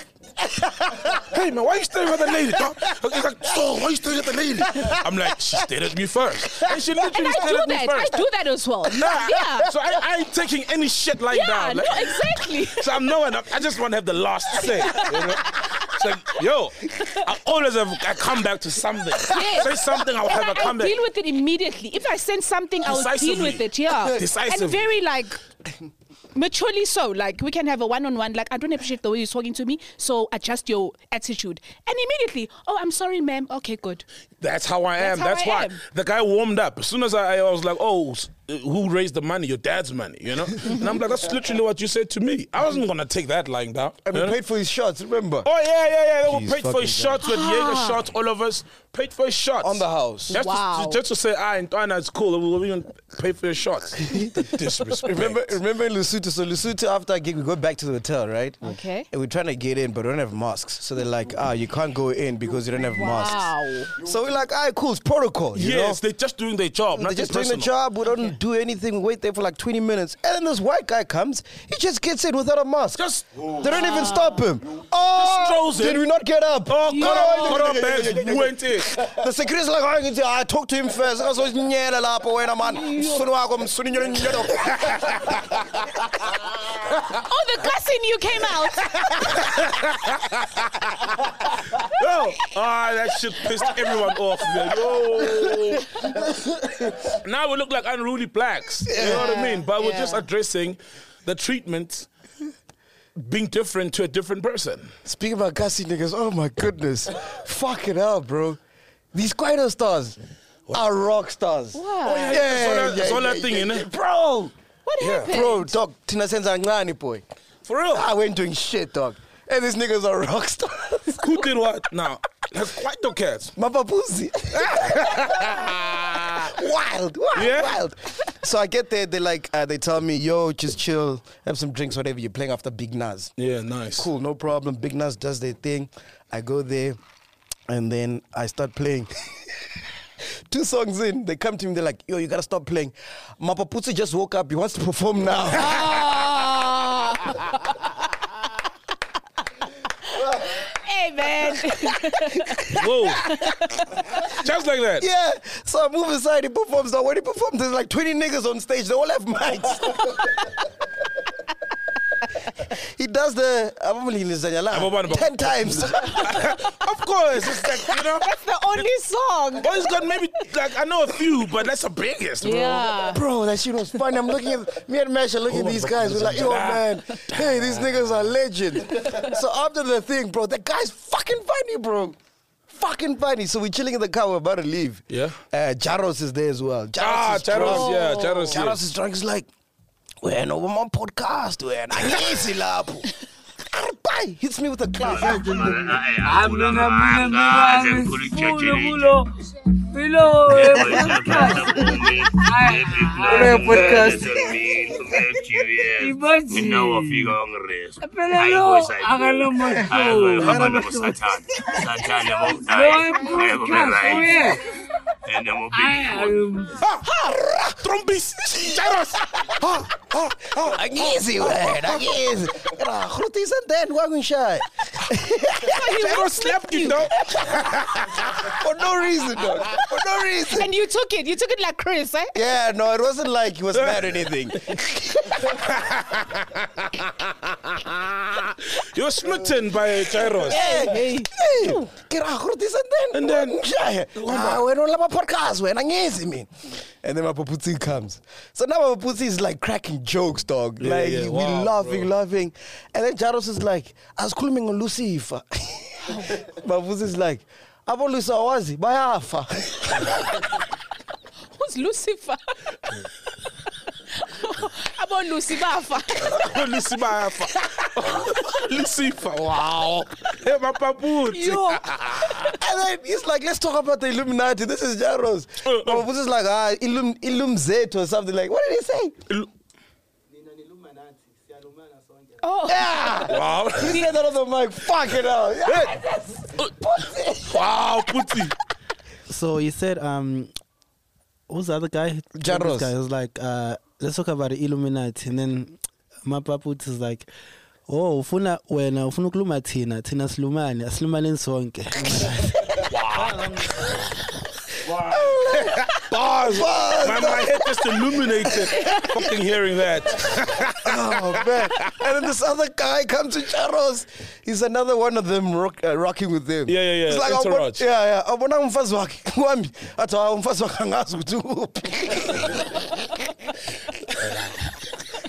Speaker 3: Hey man, why you staring at the lady? dog? He's like, so why you staring at the lady? I'm like, she stared at me first. And she
Speaker 2: and
Speaker 3: literally
Speaker 2: I
Speaker 3: stared
Speaker 2: do
Speaker 3: at me
Speaker 2: that.
Speaker 3: first.
Speaker 2: I do that as well.
Speaker 3: Nah. (laughs)
Speaker 2: Yeah.
Speaker 3: So I, I ain't taking any shit like
Speaker 2: yeah.
Speaker 3: that.
Speaker 2: no,
Speaker 3: Like,
Speaker 2: exactly.
Speaker 3: (laughs) So I'm knowing I just want to have the last say. you know? It's like, yo, I always have a comeback to something.
Speaker 2: Yes.
Speaker 3: Say something, I'll
Speaker 2: And
Speaker 3: have a
Speaker 2: I, I
Speaker 3: comeback.
Speaker 2: deal with it immediately. If I send something, I will deal
Speaker 3: Decisively.
Speaker 2: with it. Yeah,
Speaker 3: Decisively.
Speaker 2: and very like (coughs) maturely. So like we can have a one-on-one. Like I don't appreciate the way you're talking to me, so adjust your attitude. And immediately, oh, I'm sorry, ma'am. Okay, good.
Speaker 3: That's how I
Speaker 2: That's
Speaker 3: am.
Speaker 2: how
Speaker 3: That's,
Speaker 2: I
Speaker 3: why
Speaker 2: am.
Speaker 3: the guy warmed up. As soon as I, I was like, "Oh, s- who raised the money? Your dad's money,"
Speaker 2: (laughs)
Speaker 3: you know. and I'm like, "That's literally what you said to me. I wasn't gonna take that lying down."
Speaker 1: And
Speaker 3: you
Speaker 1: we
Speaker 3: know?
Speaker 1: paid for his shots. Remember?
Speaker 3: Oh yeah, yeah, yeah. They
Speaker 1: Jeez,
Speaker 3: were paid for
Speaker 1: fucking
Speaker 3: his shots with Jaeger
Speaker 2: Ah.
Speaker 3: shots. All of us paid for his shots
Speaker 1: On the house.
Speaker 3: Just,
Speaker 2: Wow.
Speaker 3: to, just to say, ah, and Anna, it's cool. We will even pay for
Speaker 1: (laughs)
Speaker 3: your shots. the disrespect.
Speaker 1: Remember, remember in Lesotho. So Lesotho, after a gig, we go back to the hotel, right?
Speaker 2: Okay.
Speaker 1: And we're trying to get in, but we don't have masks. So they're like, ah, you can't go in because you don't have
Speaker 2: Wow.
Speaker 1: masks. So we're like, all right, cool, it's protocol. You know?
Speaker 3: yes, they're just doing their job.
Speaker 1: They're
Speaker 3: nothing
Speaker 1: just doing the
Speaker 3: personal.
Speaker 1: job. We don't do anything. We wait there for like 20 minutes. And then this white guy comes. He just gets in without a mask.
Speaker 3: Just-
Speaker 1: they don't even stop him. Oh,
Speaker 3: strolls
Speaker 1: did
Speaker 3: in.
Speaker 1: we not get up?
Speaker 3: Oh,
Speaker 1: No.
Speaker 3: got up, got up, bags, went in.
Speaker 1: The security's like, oh, you can I talked to him first. I was always, "Nyela lapho wena man." Msunu wakho, msunu nyelo nyelo.
Speaker 2: Oh, the gas in you came
Speaker 3: (laughs)
Speaker 2: out.
Speaker 3: Yo, ah, that shit pissed everyone off, man. Yo. now we look like unruly blacks. You know what I mean? But we're
Speaker 2: Yeah.
Speaker 3: just addressing the treatment being different to a different person.
Speaker 1: Speaking about gassy niggas, oh my goodness. Fuck it up, bro. These Quaido stars are rock stars.
Speaker 2: Wow. Oh, yeah,
Speaker 3: yeah, it's all that- it's all that thing, innit?
Speaker 1: Bro.
Speaker 2: What happened?
Speaker 1: Bro, dog, Tina Senza Ngani, boy.
Speaker 3: For real.
Speaker 1: I went doing shit, dog. And these niggas are rock stars. (laughs)
Speaker 3: Who did what? Now, that's quite the cats.
Speaker 1: My papuzi. (laughs) wild, wild,
Speaker 3: Yeah?
Speaker 1: wild. So I get there, they like, uh, they tell me, yo, just chill, have some drinks, whatever. You're playing after Big Nas.
Speaker 3: Yeah, nice.
Speaker 1: Cool, no problem. Big Nas does their thing. I go there, and then I start playing. (laughs) Two songs in, they come to me, they're like, yo, you gotta stop playing. My papuzi just woke up, he wants to perform
Speaker 2: (laughs)
Speaker 1: now.
Speaker 2: Ah. hey
Speaker 3: (laughs)
Speaker 2: man.
Speaker 3: Whoa. Just like that.
Speaker 1: Yeah. So I move aside, he performs. Now when he performs, there's like 20 niggas on stage. They all have mics. (laughs) he does the I'm only listening
Speaker 3: Ababana
Speaker 1: alive
Speaker 3: bak-
Speaker 1: 10 times.
Speaker 3: Of course. It's like, you know.
Speaker 2: That's the only song.
Speaker 3: Boy's got maybe, like, I know a few, but that's the biggest, bro.
Speaker 2: Yeah.
Speaker 1: Bro, that shit was funny. I'm looking at me and Mash are looking
Speaker 3: Oh,
Speaker 1: at these
Speaker 3: my
Speaker 1: guys. We're like, yo, man,
Speaker 3: goodness.
Speaker 1: hey, these niggas are legends. so after the thing, bro, the guy's fucking funny, bro. Fucking funny. So we're chilling in the car, we're about to leave.
Speaker 3: Yeah.
Speaker 1: Uh, Jaros is there as well. Jaros
Speaker 3: Ah,
Speaker 1: is drunk.
Speaker 3: Charos, yeah, Charos.
Speaker 1: Shout out to Strike is like, when over my podcast, when I easy lapho. Bye. Hits me with a clap.
Speaker 4: Amina mina mina
Speaker 5: Kulo,
Speaker 4: eh, Hello.
Speaker 5: kulo.
Speaker 4: Podcast. affect you, yes.
Speaker 5: Imagine.
Speaker 4: We know of you hungry.
Speaker 5: Pero no, hágalo más tú.
Speaker 4: Hágalo
Speaker 5: Hágalo
Speaker 4: más
Speaker 5: más
Speaker 4: Satan. Satan, I won't die.
Speaker 5: No hay
Speaker 4: I will be right.
Speaker 5: podcast,
Speaker 4: And I will
Speaker 5: Ay,
Speaker 4: be
Speaker 5: um,
Speaker 3: Trombis, gyros.
Speaker 1: Oh, Angizi wena, angizi. Ra, khutisa then wangishaya.
Speaker 3: Gyros slept, you know.
Speaker 1: For no reason, dog. For no reason.
Speaker 2: And you took it. You took it like Chris, eh?
Speaker 1: Yeah, no, it wasn't like he was mad or
Speaker 3: (laughs)
Speaker 1: anything.
Speaker 3: You were smitten by gyros. (laughs)
Speaker 1: Hey, hey, get out of this and
Speaker 3: And
Speaker 1: then
Speaker 3: then-
Speaker 1: ngishaya. Ah, wena olaba podcast wena angizi mina. And then Mapaputsi comes. So now Mapaputsi is like cracking jokes, dog. like
Speaker 3: yeah,
Speaker 1: we
Speaker 3: wow,
Speaker 1: laughing, laughing. And then Jaros is like, asikhulume ngoLucifer.
Speaker 3: (laughs)
Speaker 1: Mapaputsi is like, abolusa wazi bayafa. (laughs)
Speaker 2: Who's Lucifer? About Lucifer.
Speaker 3: Lucy Bafa. Lucifer. Wow. Hey, my papoot.
Speaker 2: Yo.
Speaker 1: And then he's like, let's talk about the Illuminati. This is Jaros.
Speaker 3: Uh,
Speaker 1: Mapaputsi is like, ah, Illum Illum Zet or something like. What did he say?
Speaker 2: (laughs) Oh.
Speaker 1: Yeah.
Speaker 3: Wow.
Speaker 1: You hear that on the mic? Fuck it out.
Speaker 3: Wow, putty.
Speaker 6: So he said, um, who's the other guy?
Speaker 1: Jaros.
Speaker 6: This guy was like, uh, let's talk about the Illuminati. And then my paput is like, oh, ufuna wena ufuna ukuluma thina thina silumane asilumaneni sonke
Speaker 3: Bars. My, my head just illuminated. Fucking hearing that.
Speaker 1: Oh man! And then this other guy comes to Charos. He's another one of them rock, uh, rocking with them.
Speaker 3: Yeah, yeah, yeah.
Speaker 1: It's like,
Speaker 3: Entourage.
Speaker 1: abona- yeah, yeah. Abona umfazi (laughs) wakhe wami. Athi hayi (laughs) umfazi wakhe angazi ukuthi uphi." (laughs)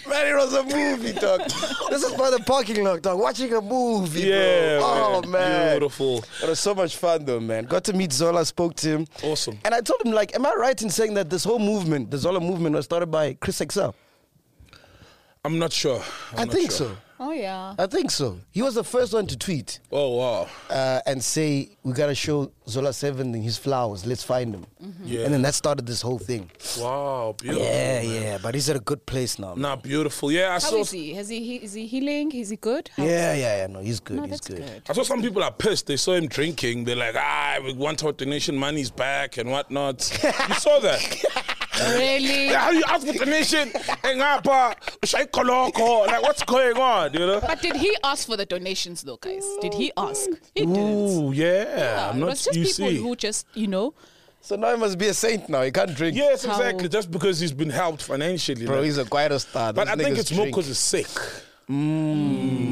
Speaker 1: Man, it was a movie, dog. This is by the parking lot, dog. Watching a movie.
Speaker 3: Yeah.
Speaker 1: Bro. Oh man.
Speaker 3: Beautiful.
Speaker 1: It was so much fun though, man. Got to meet Zola, spoke to him.
Speaker 3: Awesome.
Speaker 1: And I told him, like, am I right in saying that this whole movement, the Zola movement, was started by Chris Excel?
Speaker 3: I'm not sure. I'm
Speaker 1: I
Speaker 3: not
Speaker 1: think
Speaker 3: sure.
Speaker 1: so.
Speaker 2: Oh yeah.
Speaker 1: I think so. He was the first one to tweet
Speaker 3: Oh, wow.
Speaker 1: uh, and say, "We gotta show Zola Seven his flowers. Let's find him."
Speaker 2: Mm-hmm.
Speaker 3: Yeah.
Speaker 1: And then that started this whole thing.
Speaker 3: Wow, beautiful.
Speaker 1: Yeah, yeah. But he's at a good place now. man.
Speaker 3: Nah, beautiful. Yeah, I
Speaker 2: How
Speaker 3: saw
Speaker 2: is he? Has he, he is he healing? Is he good? How-
Speaker 1: Yeah, yeah, yeah. No, he's good.
Speaker 2: No,
Speaker 1: he's
Speaker 2: that's
Speaker 1: good.
Speaker 2: good.
Speaker 3: I saw some people are pissed. They saw him drinking. They're like, ah, we want our donation money's back and whatnot. you saw that?
Speaker 2: Really?
Speaker 3: Yeah, how you ask
Speaker 2: (laughs)
Speaker 3: for donation? Engapa, shaikoloko, like what's going on, you know?
Speaker 2: But did he ask for the donations though, guys? Did he ask? He didn't.
Speaker 3: Ooh, yeah. I'm
Speaker 2: it
Speaker 3: not,
Speaker 2: was just
Speaker 3: you
Speaker 2: people
Speaker 3: see.
Speaker 2: who just, you know,
Speaker 1: So now he must be a saint. Now he can't drink.
Speaker 3: yes,
Speaker 2: How-
Speaker 3: exactly. Just because he's been helped financially.
Speaker 1: bro.
Speaker 3: like-
Speaker 1: He's a guido star.
Speaker 3: but
Speaker 1: Those
Speaker 3: I think
Speaker 1: niggas
Speaker 3: it's more
Speaker 1: drink. Mm.
Speaker 3: because he's sick.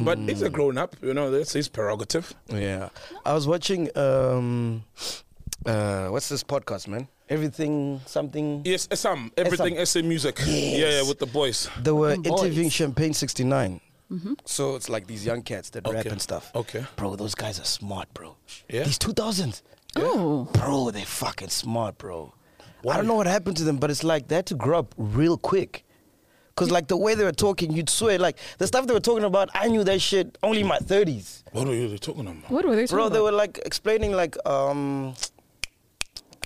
Speaker 3: But he's a grown up, you know, that's his prerogative.
Speaker 1: Yeah. I was watching. Um, uh, what's this podcast, man? Everything, something.
Speaker 3: Yes, SM, everything
Speaker 1: SM.
Speaker 3: SM, music. Yeah, yeah, with the boys.
Speaker 1: They were
Speaker 2: Boys.
Speaker 1: interviewing Champagne 69. So it's like these young cats that rap
Speaker 3: Okay.
Speaker 1: and stuff.
Speaker 3: Okay.
Speaker 1: Bro, those guys are smart, bro.
Speaker 3: Yeah?
Speaker 1: These 2000s.
Speaker 2: Oh.
Speaker 1: Bro, they fucking smart, bro. I don't know what happened to them, but it's like they had to grow up real quick. Because, like, the way they were talking, you'd swear, like, the stuff they were talking about, I knew that shit only in my 30s.
Speaker 3: What are you talking about?
Speaker 2: what were they
Speaker 1: Bro, they were, like, explaining, like, um,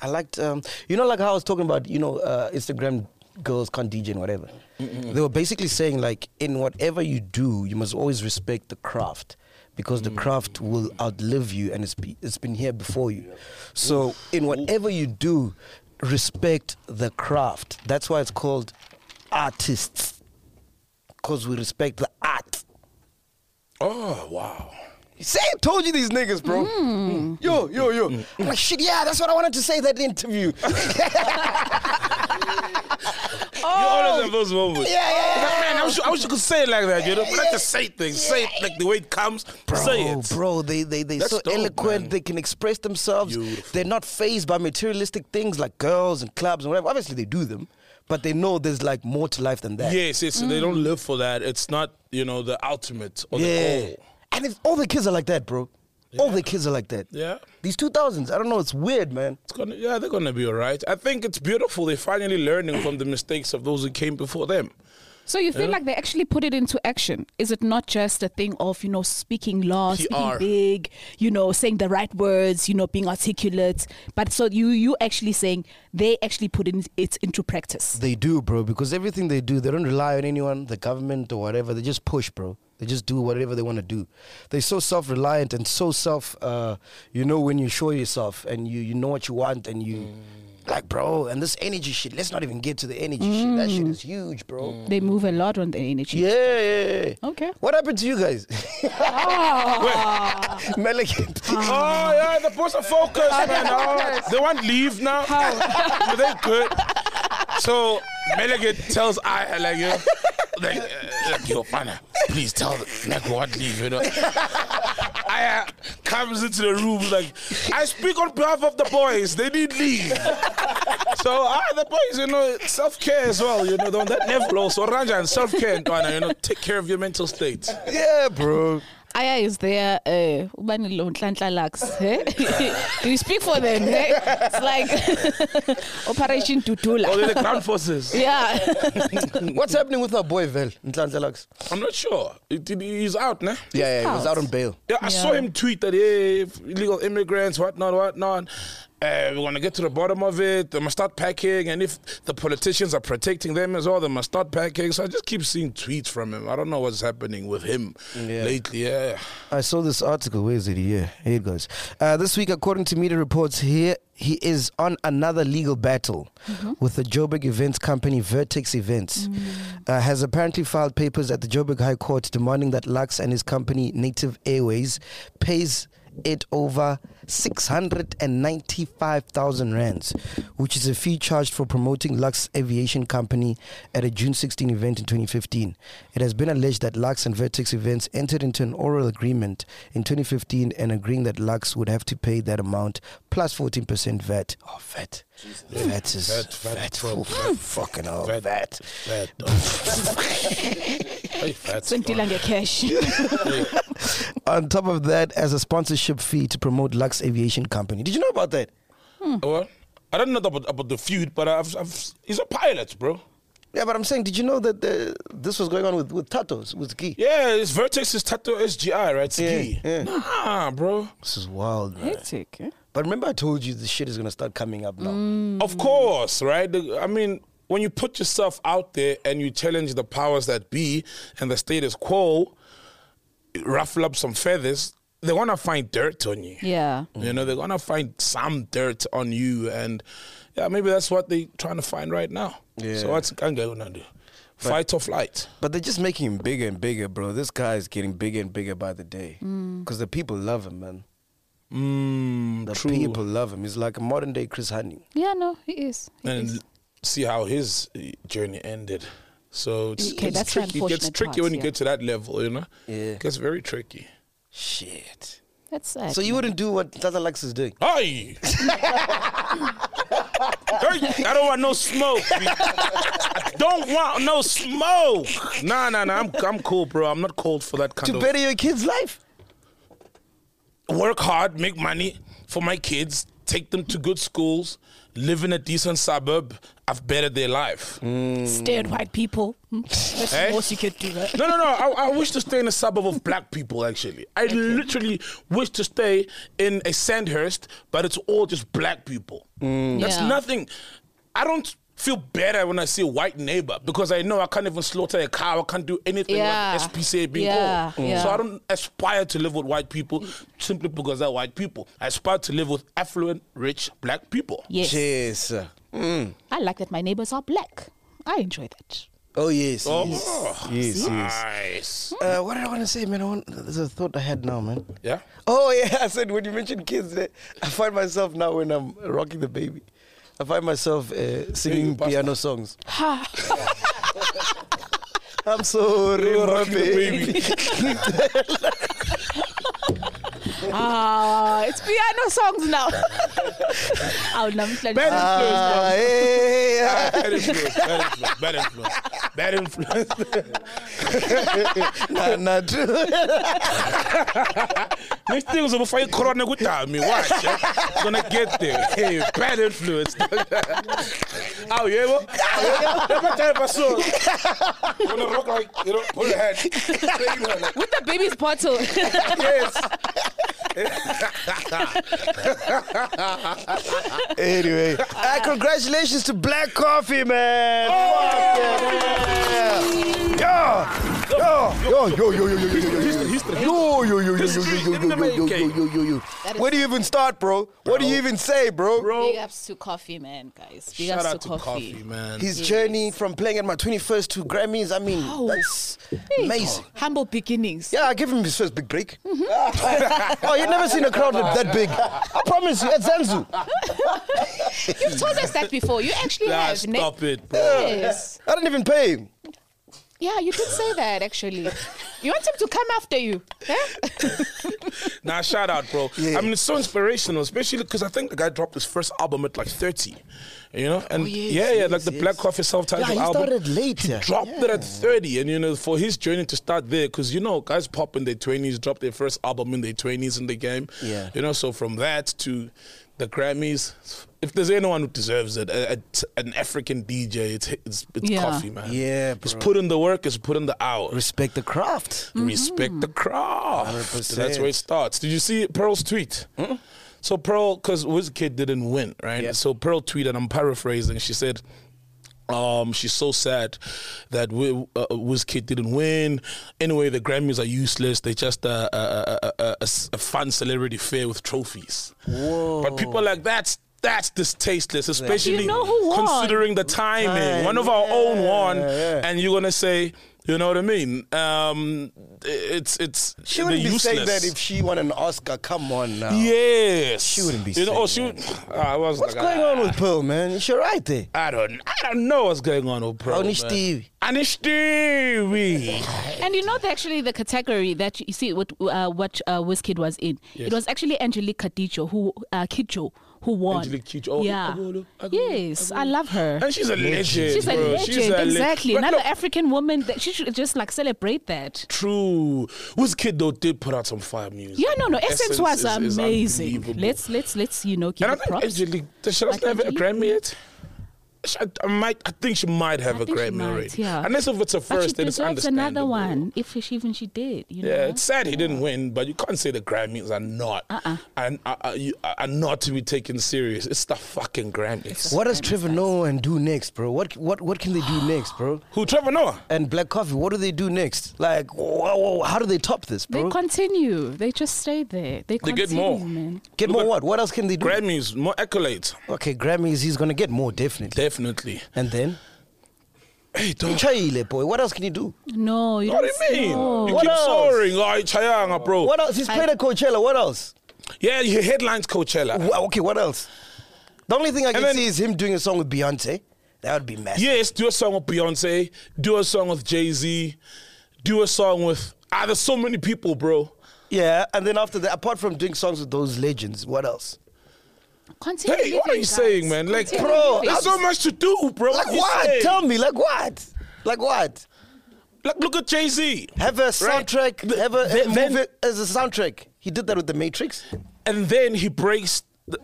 Speaker 1: I liked, um, you know, like how I was talking about, you know, uh, Instagram girls can't DJ and whatever. They were basically saying, like, in whatever you do, you must always respect the craft because the craft will outlive you and it's, be, it's been here before you. So, in whatever you do, respect the craft. That's why it's called artists because we respect the art.
Speaker 3: Oh, wow.
Speaker 1: Say, I told you these niggas, bro. Yo, yo, yo. I'm like, shit, yeah, that's what I wanted to say that interview.
Speaker 2: Oh.
Speaker 3: You always have those moments.
Speaker 1: Yeah, yeah, yeah.
Speaker 3: But man, I wish, I wish you could say it like that, you know? But not just say things. Say it like the way it comes. say
Speaker 1: Oh,
Speaker 3: it.
Speaker 1: bro, they they they
Speaker 3: That's
Speaker 1: so
Speaker 3: dope,
Speaker 1: eloquent.
Speaker 3: man.
Speaker 1: They can express themselves.
Speaker 3: Beautiful.
Speaker 1: They're not phased by materialistic things like girls and clubs and whatever. Obviously, they do them, but they know there's like more to life than that. Mm.
Speaker 3: Yes, yes. They don't live for that. It's not, you know, the ultimate or
Speaker 1: yeah.
Speaker 3: the goal.
Speaker 1: And it's, all the kids are like that, bro. All the kids are like that.
Speaker 3: Yeah.
Speaker 1: These two thousands, I don't know. It's weird, man.
Speaker 3: It's gonna, yeah, they're going to be all right. I think it's beautiful. They're finally learning from the mistakes of those who came before them.
Speaker 2: So you feel like they actually put it into action? Is it not just a thing of you know speaking large, speaking
Speaker 3: PR.
Speaker 2: big, you know saying the right words, you know being articulate? But so you you actually saying they actually put in, it into practice.
Speaker 1: They do, bro, because everything they do, they don't rely on anyone, the government or whatever. They just push, bro. They just do whatever they want to do. They're so self-reliant and so self, uh, you know, when you show yourself and you, you know what you want and you, like, bro, and this energy shit, let's not even get to the energy shit. That shit is huge, bro.
Speaker 2: They move a lot on the energy.
Speaker 1: Yeah, yeah, yeah.
Speaker 2: Okay.
Speaker 1: What happened to you guys? (laughs)
Speaker 2: Ah!
Speaker 1: Malik.
Speaker 3: Oh yeah, the boys are focused, man. Oh, they won't leave now. But (laughs) they good. So Melegate tells I like you. know, Like, uh, like yo, Anna, please tell Neko what leave, you know. I uh, comes into the room like, I speak on behalf of the boys. They need leave. so ah, the boys, you know, self care as well. You know, on that level also. Ranjan, self care, you know, take care of your mental state.
Speaker 1: yeah, bro.
Speaker 2: (laughs) Aya is there. Uh, ubani lo nhlanhla Lux, (laughs) eh? you speak for them. Eh? It's like (laughs) Operation
Speaker 3: Or Oh,
Speaker 2: (laughs)
Speaker 3: they're
Speaker 2: Tutula.
Speaker 3: the ground forces. (laughs)
Speaker 2: yeah. (laughs)
Speaker 1: What's happening with our boy Vel? Nhlanhla Lux?
Speaker 3: I'm not sure. It- it- he's out, nah?
Speaker 1: Yeah, yeah, he was
Speaker 2: out.
Speaker 1: out on bail.
Speaker 3: Yeah, I saw
Speaker 2: Yeah.
Speaker 3: him tweet that hey, if illegal immigrants, whatnot, whatnot. Uh, we're gonna get to the bottom of it. They must start packing, and if the politicians are protecting them as well, they must start packing. So I just keep seeing tweets from him. I don't know what's happening with him lately. Yeah,
Speaker 1: I saw this article. Where is it? Yeah, here it goes. Uh, this week, according to media reports, here he is on another legal battle with the Joburg events company Vertex Events. Uh, has apparently filed papers at the Joburg High Court demanding that Lux and his company Native Airways pays it over 695,000 rands, which is a fee charged for promoting Lux Aviation Company at a June 16 event in 2015. It has been alleged that Lux and Vertex Events entered into an oral agreement in 2015 and agreeing that Lux would have to pay that amount plus 14% VAT. Oh, VAT. VAT is
Speaker 3: Vet,
Speaker 1: VAT.
Speaker 3: vet,
Speaker 1: VAT.
Speaker 3: bro,
Speaker 1: oh, (laughs) Fucking hell.
Speaker 3: vet.
Speaker 1: VAT. (laughs)
Speaker 3: yeah. Hey, that's
Speaker 2: Sentila ngecash.
Speaker 1: On top of that, as a sponsorship fee to promote Lux Aviation Company. Did you know about that?
Speaker 3: Well, I don't know about, about the feud, but I've, I've, he's a pilot, bro.
Speaker 1: Yeah, but I'm saying, did you know that the, this was going on with, with Tatos, with Ski?
Speaker 3: Yeah, his Vertex is tattoo SGI, right?
Speaker 1: Yeah,
Speaker 3: Ski.
Speaker 1: yeah.
Speaker 3: Nah, bro.
Speaker 1: This is wild, man.
Speaker 2: Hectic, eh? Mm.
Speaker 1: But remember, I told you the shit is gonna start coming up now.
Speaker 3: Of course, right? The- I mean, when you put yourself out there and you challenge the powers that be and the status quo, ruffle up some feathers, they're gonna find dirt on you.
Speaker 2: Yeah.
Speaker 3: You know, they're gonna find some dirt on you, and yeah, maybe that's what they're trying to find right now.
Speaker 1: Yeah.
Speaker 3: So what's Kanga gonna do? Fight or flight.
Speaker 1: But they're just making him bigger and bigger, bro. This guy is getting bigger and bigger by the day.
Speaker 2: Mm.
Speaker 1: Because the people love him, man.
Speaker 3: Mm,
Speaker 1: The
Speaker 3: true.
Speaker 1: people love him. He's like a modern day Chris Honey.
Speaker 2: Yeah, no, he is. He is.
Speaker 3: and see how his uh, journey ended. So it's,
Speaker 2: Okay,
Speaker 3: it's
Speaker 2: that's the
Speaker 3: tricky. It gets
Speaker 2: unfortunate
Speaker 3: tricky
Speaker 2: part,
Speaker 3: when you
Speaker 2: yeah.
Speaker 3: get to that level, you know.
Speaker 1: Yeah.
Speaker 3: it gets very tricky.
Speaker 1: Shit.
Speaker 2: That's sad.
Speaker 1: So you wouldn't do what Tata Lux is doing?
Speaker 3: Hey! hey! I don't want no smoke. I don't want no smoke. Nah, nah, nah. I'm, I'm cool, bro. I'm not cold for that kind
Speaker 1: To
Speaker 3: of.
Speaker 1: better your kid's life?
Speaker 3: Work hard, make money for my kids, take them to good schools, live in a decent suburb. I've bettered their life.
Speaker 2: stare at white people. Hmm? That's
Speaker 3: Eh?
Speaker 2: the most you could do, right?
Speaker 3: No, no, no. I, I wish to stay in a suburb of black people, actually. I literally wish to stay in a Sandhurst, but it's all just black people. That's
Speaker 2: Mm. Yeah.
Speaker 3: nothing. I don't feel better when I see a white neighbor because I know I can't even slaughter a cow. I can't do anything
Speaker 2: Yeah.
Speaker 3: with SPCA being
Speaker 2: Yeah,
Speaker 3: called.
Speaker 2: yeah.
Speaker 3: So I don't aspire to live with white people simply because they're white people. I aspire to live with affluent, rich black people.
Speaker 2: Yes.
Speaker 1: Yes.
Speaker 2: I like that my neighbors are black. I enjoy that.
Speaker 1: Oh, yes.
Speaker 3: Oh,
Speaker 1: yes. Yes, yes.
Speaker 3: nice.
Speaker 1: Uh, what did I want to say, man? I want, there's a thought I had now, man.
Speaker 3: Yeah.
Speaker 1: Oh yeah, (laughs) I said when you mentioned kids, eh, I find myself now when I'm rocking the baby, I find myself uh, singing
Speaker 3: bastard.
Speaker 1: piano songs. I'm sorry, my baby.
Speaker 2: Ah, it's piano songs now. (laughs) Awu namhlanje.
Speaker 3: Ben-
Speaker 1: Ah, eh, hey, ah.
Speaker 3: bad influence, bad influence, bad influence. that influenced
Speaker 1: ah, (laughs) nah, nah, true.
Speaker 3: Next thing is before you corona good time, me watch. eh? Gonna get there. Hey, bad influence. Ow, yeah, well, never tell a soul. Gonna rock like you know, pull your head.
Speaker 2: With the baby's bottle.
Speaker 1: anyway, Ah, congratulations to Black Coffee, man. Fuck yeah, yeah. Yo, yo, yo, yo, yo, yo, yo, yo, yo, yo. Yo, yo, yo, yo, yo, yo, yo, yo, yo, yo, yo, yo, yo. Where do you even start, bro? What do you even say, bro?
Speaker 2: Big ups to coffee, man, guys. Big
Speaker 3: Shout
Speaker 2: ups
Speaker 3: out to coffee, man.
Speaker 1: His journey from playing at my 21st to Grammys, I mean,
Speaker 2: Wow.
Speaker 1: that's
Speaker 3: Oh.
Speaker 1: amazing.
Speaker 2: Humble beginnings.
Speaker 1: Yeah, I give him his first big break. oh, you never seen a crowd that that big. I promise you, at Zanzu.
Speaker 2: You've told us that before. You actually
Speaker 3: Nah,
Speaker 2: have. Nick.
Speaker 3: stop it, bro.
Speaker 2: Yes.
Speaker 1: I didn't even pay him.
Speaker 2: Yeah, you did say that actually. You want him to come after you. eh?
Speaker 3: Nah, shout out, bro. I mean, it's so inspirational, especially because I think the guy dropped his first album at like 30, you know? And
Speaker 1: Oh, yes,
Speaker 3: yeah, yeah, like
Speaker 1: yes,
Speaker 3: the
Speaker 1: yes.
Speaker 3: Black Coffee self titled
Speaker 1: Yeah, he
Speaker 3: album.
Speaker 1: started late,
Speaker 3: He
Speaker 1: yeah.
Speaker 3: dropped it at 30, and you know, for his journey to start there, because you know, guys pop in their 20s, drop their first album in their 20s in the game.
Speaker 1: Yeah.
Speaker 3: You know, so from that to the Grammys, if there's anyone who deserves it, a, a- an African DJ, it's it's, it's
Speaker 2: Yeah.
Speaker 3: coffee, man.
Speaker 1: Yeah,
Speaker 3: It's
Speaker 1: bro.
Speaker 3: put in the work, it's put in the hours
Speaker 1: Respect the craft.
Speaker 2: Mm-hmm.
Speaker 3: respect the craft.
Speaker 1: 100%.
Speaker 3: That's where it starts. Did you see Pearl's tweet?
Speaker 2: Hmm?
Speaker 3: So Pearl, because Wizkid didn't win, right?
Speaker 1: Yeah.
Speaker 3: So Pearl tweeted, I'm paraphrasing. She said. Um, she's so sad that Wi- uh, Wizkid didn't win. Anyway, the Grammys are useless. They're just uh, a, a, a, a, a- a- a fun celebrity fair with trophies. But people are like that's that's distasteless, especially
Speaker 2: know who won?
Speaker 3: considering the timing. One of our own won, and you're gonna say, you know what I mean? Um, it's it's
Speaker 1: She wouldn't
Speaker 3: they're
Speaker 1: be saying
Speaker 3: useless.
Speaker 1: that if she won an Oscar. Come on now.
Speaker 3: yes, she
Speaker 1: wouldn't be
Speaker 3: You know, oh, she.
Speaker 1: saying
Speaker 3: I was
Speaker 1: What's
Speaker 3: like,
Speaker 1: going
Speaker 3: ah,
Speaker 1: on
Speaker 3: (laughs)
Speaker 1: with Pearl, man? Is she right there?
Speaker 3: I don't, I don't know what's going on with Pearl.
Speaker 1: Only
Speaker 3: man.
Speaker 1: Steve.
Speaker 3: Only Stevie.
Speaker 2: (laughs) and you know that actually the category that you see what uh, what uh, Wizkid was in.
Speaker 3: Yes.
Speaker 2: It was actually Angelique Kidjo who uh, Kidjo who won.
Speaker 3: Angelique Kidjo. Oh,
Speaker 2: yeah.
Speaker 3: Agolo, Agolo,
Speaker 2: yes, I love her.
Speaker 3: And she's a legend.
Speaker 2: She's a
Speaker 3: bro.
Speaker 2: legend,
Speaker 3: She's a le-
Speaker 2: exactly.
Speaker 3: But
Speaker 2: Another
Speaker 3: look,
Speaker 2: African woman that she should just like celebrate that.
Speaker 3: True. Wizkid though did put out some fire music.
Speaker 2: Yeah, no, no. Essence, was
Speaker 3: is- is
Speaker 2: amazing.
Speaker 3: unbelievable.
Speaker 2: let's let's let's you know give
Speaker 3: and I
Speaker 2: it
Speaker 3: think
Speaker 2: props.
Speaker 3: Angelique, does she not
Speaker 2: Like
Speaker 3: have a
Speaker 2: Angelique.
Speaker 3: Grammy yet? She- I, I might. I think she might have
Speaker 2: I
Speaker 3: a
Speaker 2: think she
Speaker 3: Grammy
Speaker 2: might,
Speaker 3: already.
Speaker 2: yeah.
Speaker 3: Unless if it's a
Speaker 2: but she
Speaker 3: first, then it's
Speaker 2: deserves
Speaker 3: understandable.
Speaker 2: another one if she even she did. You know.
Speaker 3: Yeah, it's sad he didn't win, but you can't say the Grammys are not
Speaker 2: Uh-uh.
Speaker 3: and are, are, you- uh, are not to be taken serious. It's the fucking Grammys.
Speaker 1: What does Trevor Noah and do next, bro? What what what can they
Speaker 3: (sighs)
Speaker 1: do next, bro?
Speaker 3: Who Trevor Noah?
Speaker 1: And Black Coffee, what do they do next? Like, whoa, whoa, how do they top this,
Speaker 2: They
Speaker 1: bro?
Speaker 2: continue. They just stay there. They,
Speaker 3: They
Speaker 2: continue,
Speaker 3: get more.
Speaker 2: Man.
Speaker 1: Get
Speaker 3: Look
Speaker 1: more
Speaker 3: at-
Speaker 1: what? What else can they do?
Speaker 3: Grammys, more accolades,
Speaker 1: okay, Grammys, he's gonna get more definitely.
Speaker 3: definitely.
Speaker 1: And then,
Speaker 3: Hey, dog.
Speaker 1: Chile, boy, what else can he do?
Speaker 2: No, you
Speaker 3: What do
Speaker 2: don't
Speaker 3: you mean?
Speaker 2: know.
Speaker 3: You
Speaker 1: What
Speaker 3: keep
Speaker 1: else?
Speaker 3: soaring, oh, Chayanga, bro.
Speaker 1: What else? He's played at Coachella. What else?
Speaker 3: Yeah, he headlines Coachella.
Speaker 1: Wha- okay, what else? The only thing I can
Speaker 3: then-
Speaker 1: see is him doing a song with Beyonce. That would be massive.
Speaker 3: Yes, do a song with Beyonce, do a song with Jay Z, do a song with. Ah, there's so many people, bro.
Speaker 1: Yeah, and then after that, apart from doing songs with those legends, what else?
Speaker 2: Continue.
Speaker 3: Hey, what are
Speaker 2: living,
Speaker 3: you
Speaker 2: guys.
Speaker 3: saying, man? Like,
Speaker 2: Continue
Speaker 1: bro,
Speaker 2: living.
Speaker 3: there's so much to do, bro.
Speaker 1: Like
Speaker 3: you
Speaker 1: what?
Speaker 3: saying?
Speaker 1: Tell me, like what? Like what?
Speaker 3: Like, look at Jay Z.
Speaker 1: Have a soundtrack.
Speaker 3: The-
Speaker 1: Have a,
Speaker 3: the-
Speaker 1: move
Speaker 3: then-
Speaker 1: it as a soundtrack. He did that with the Matrix.
Speaker 3: and then he breaks. The,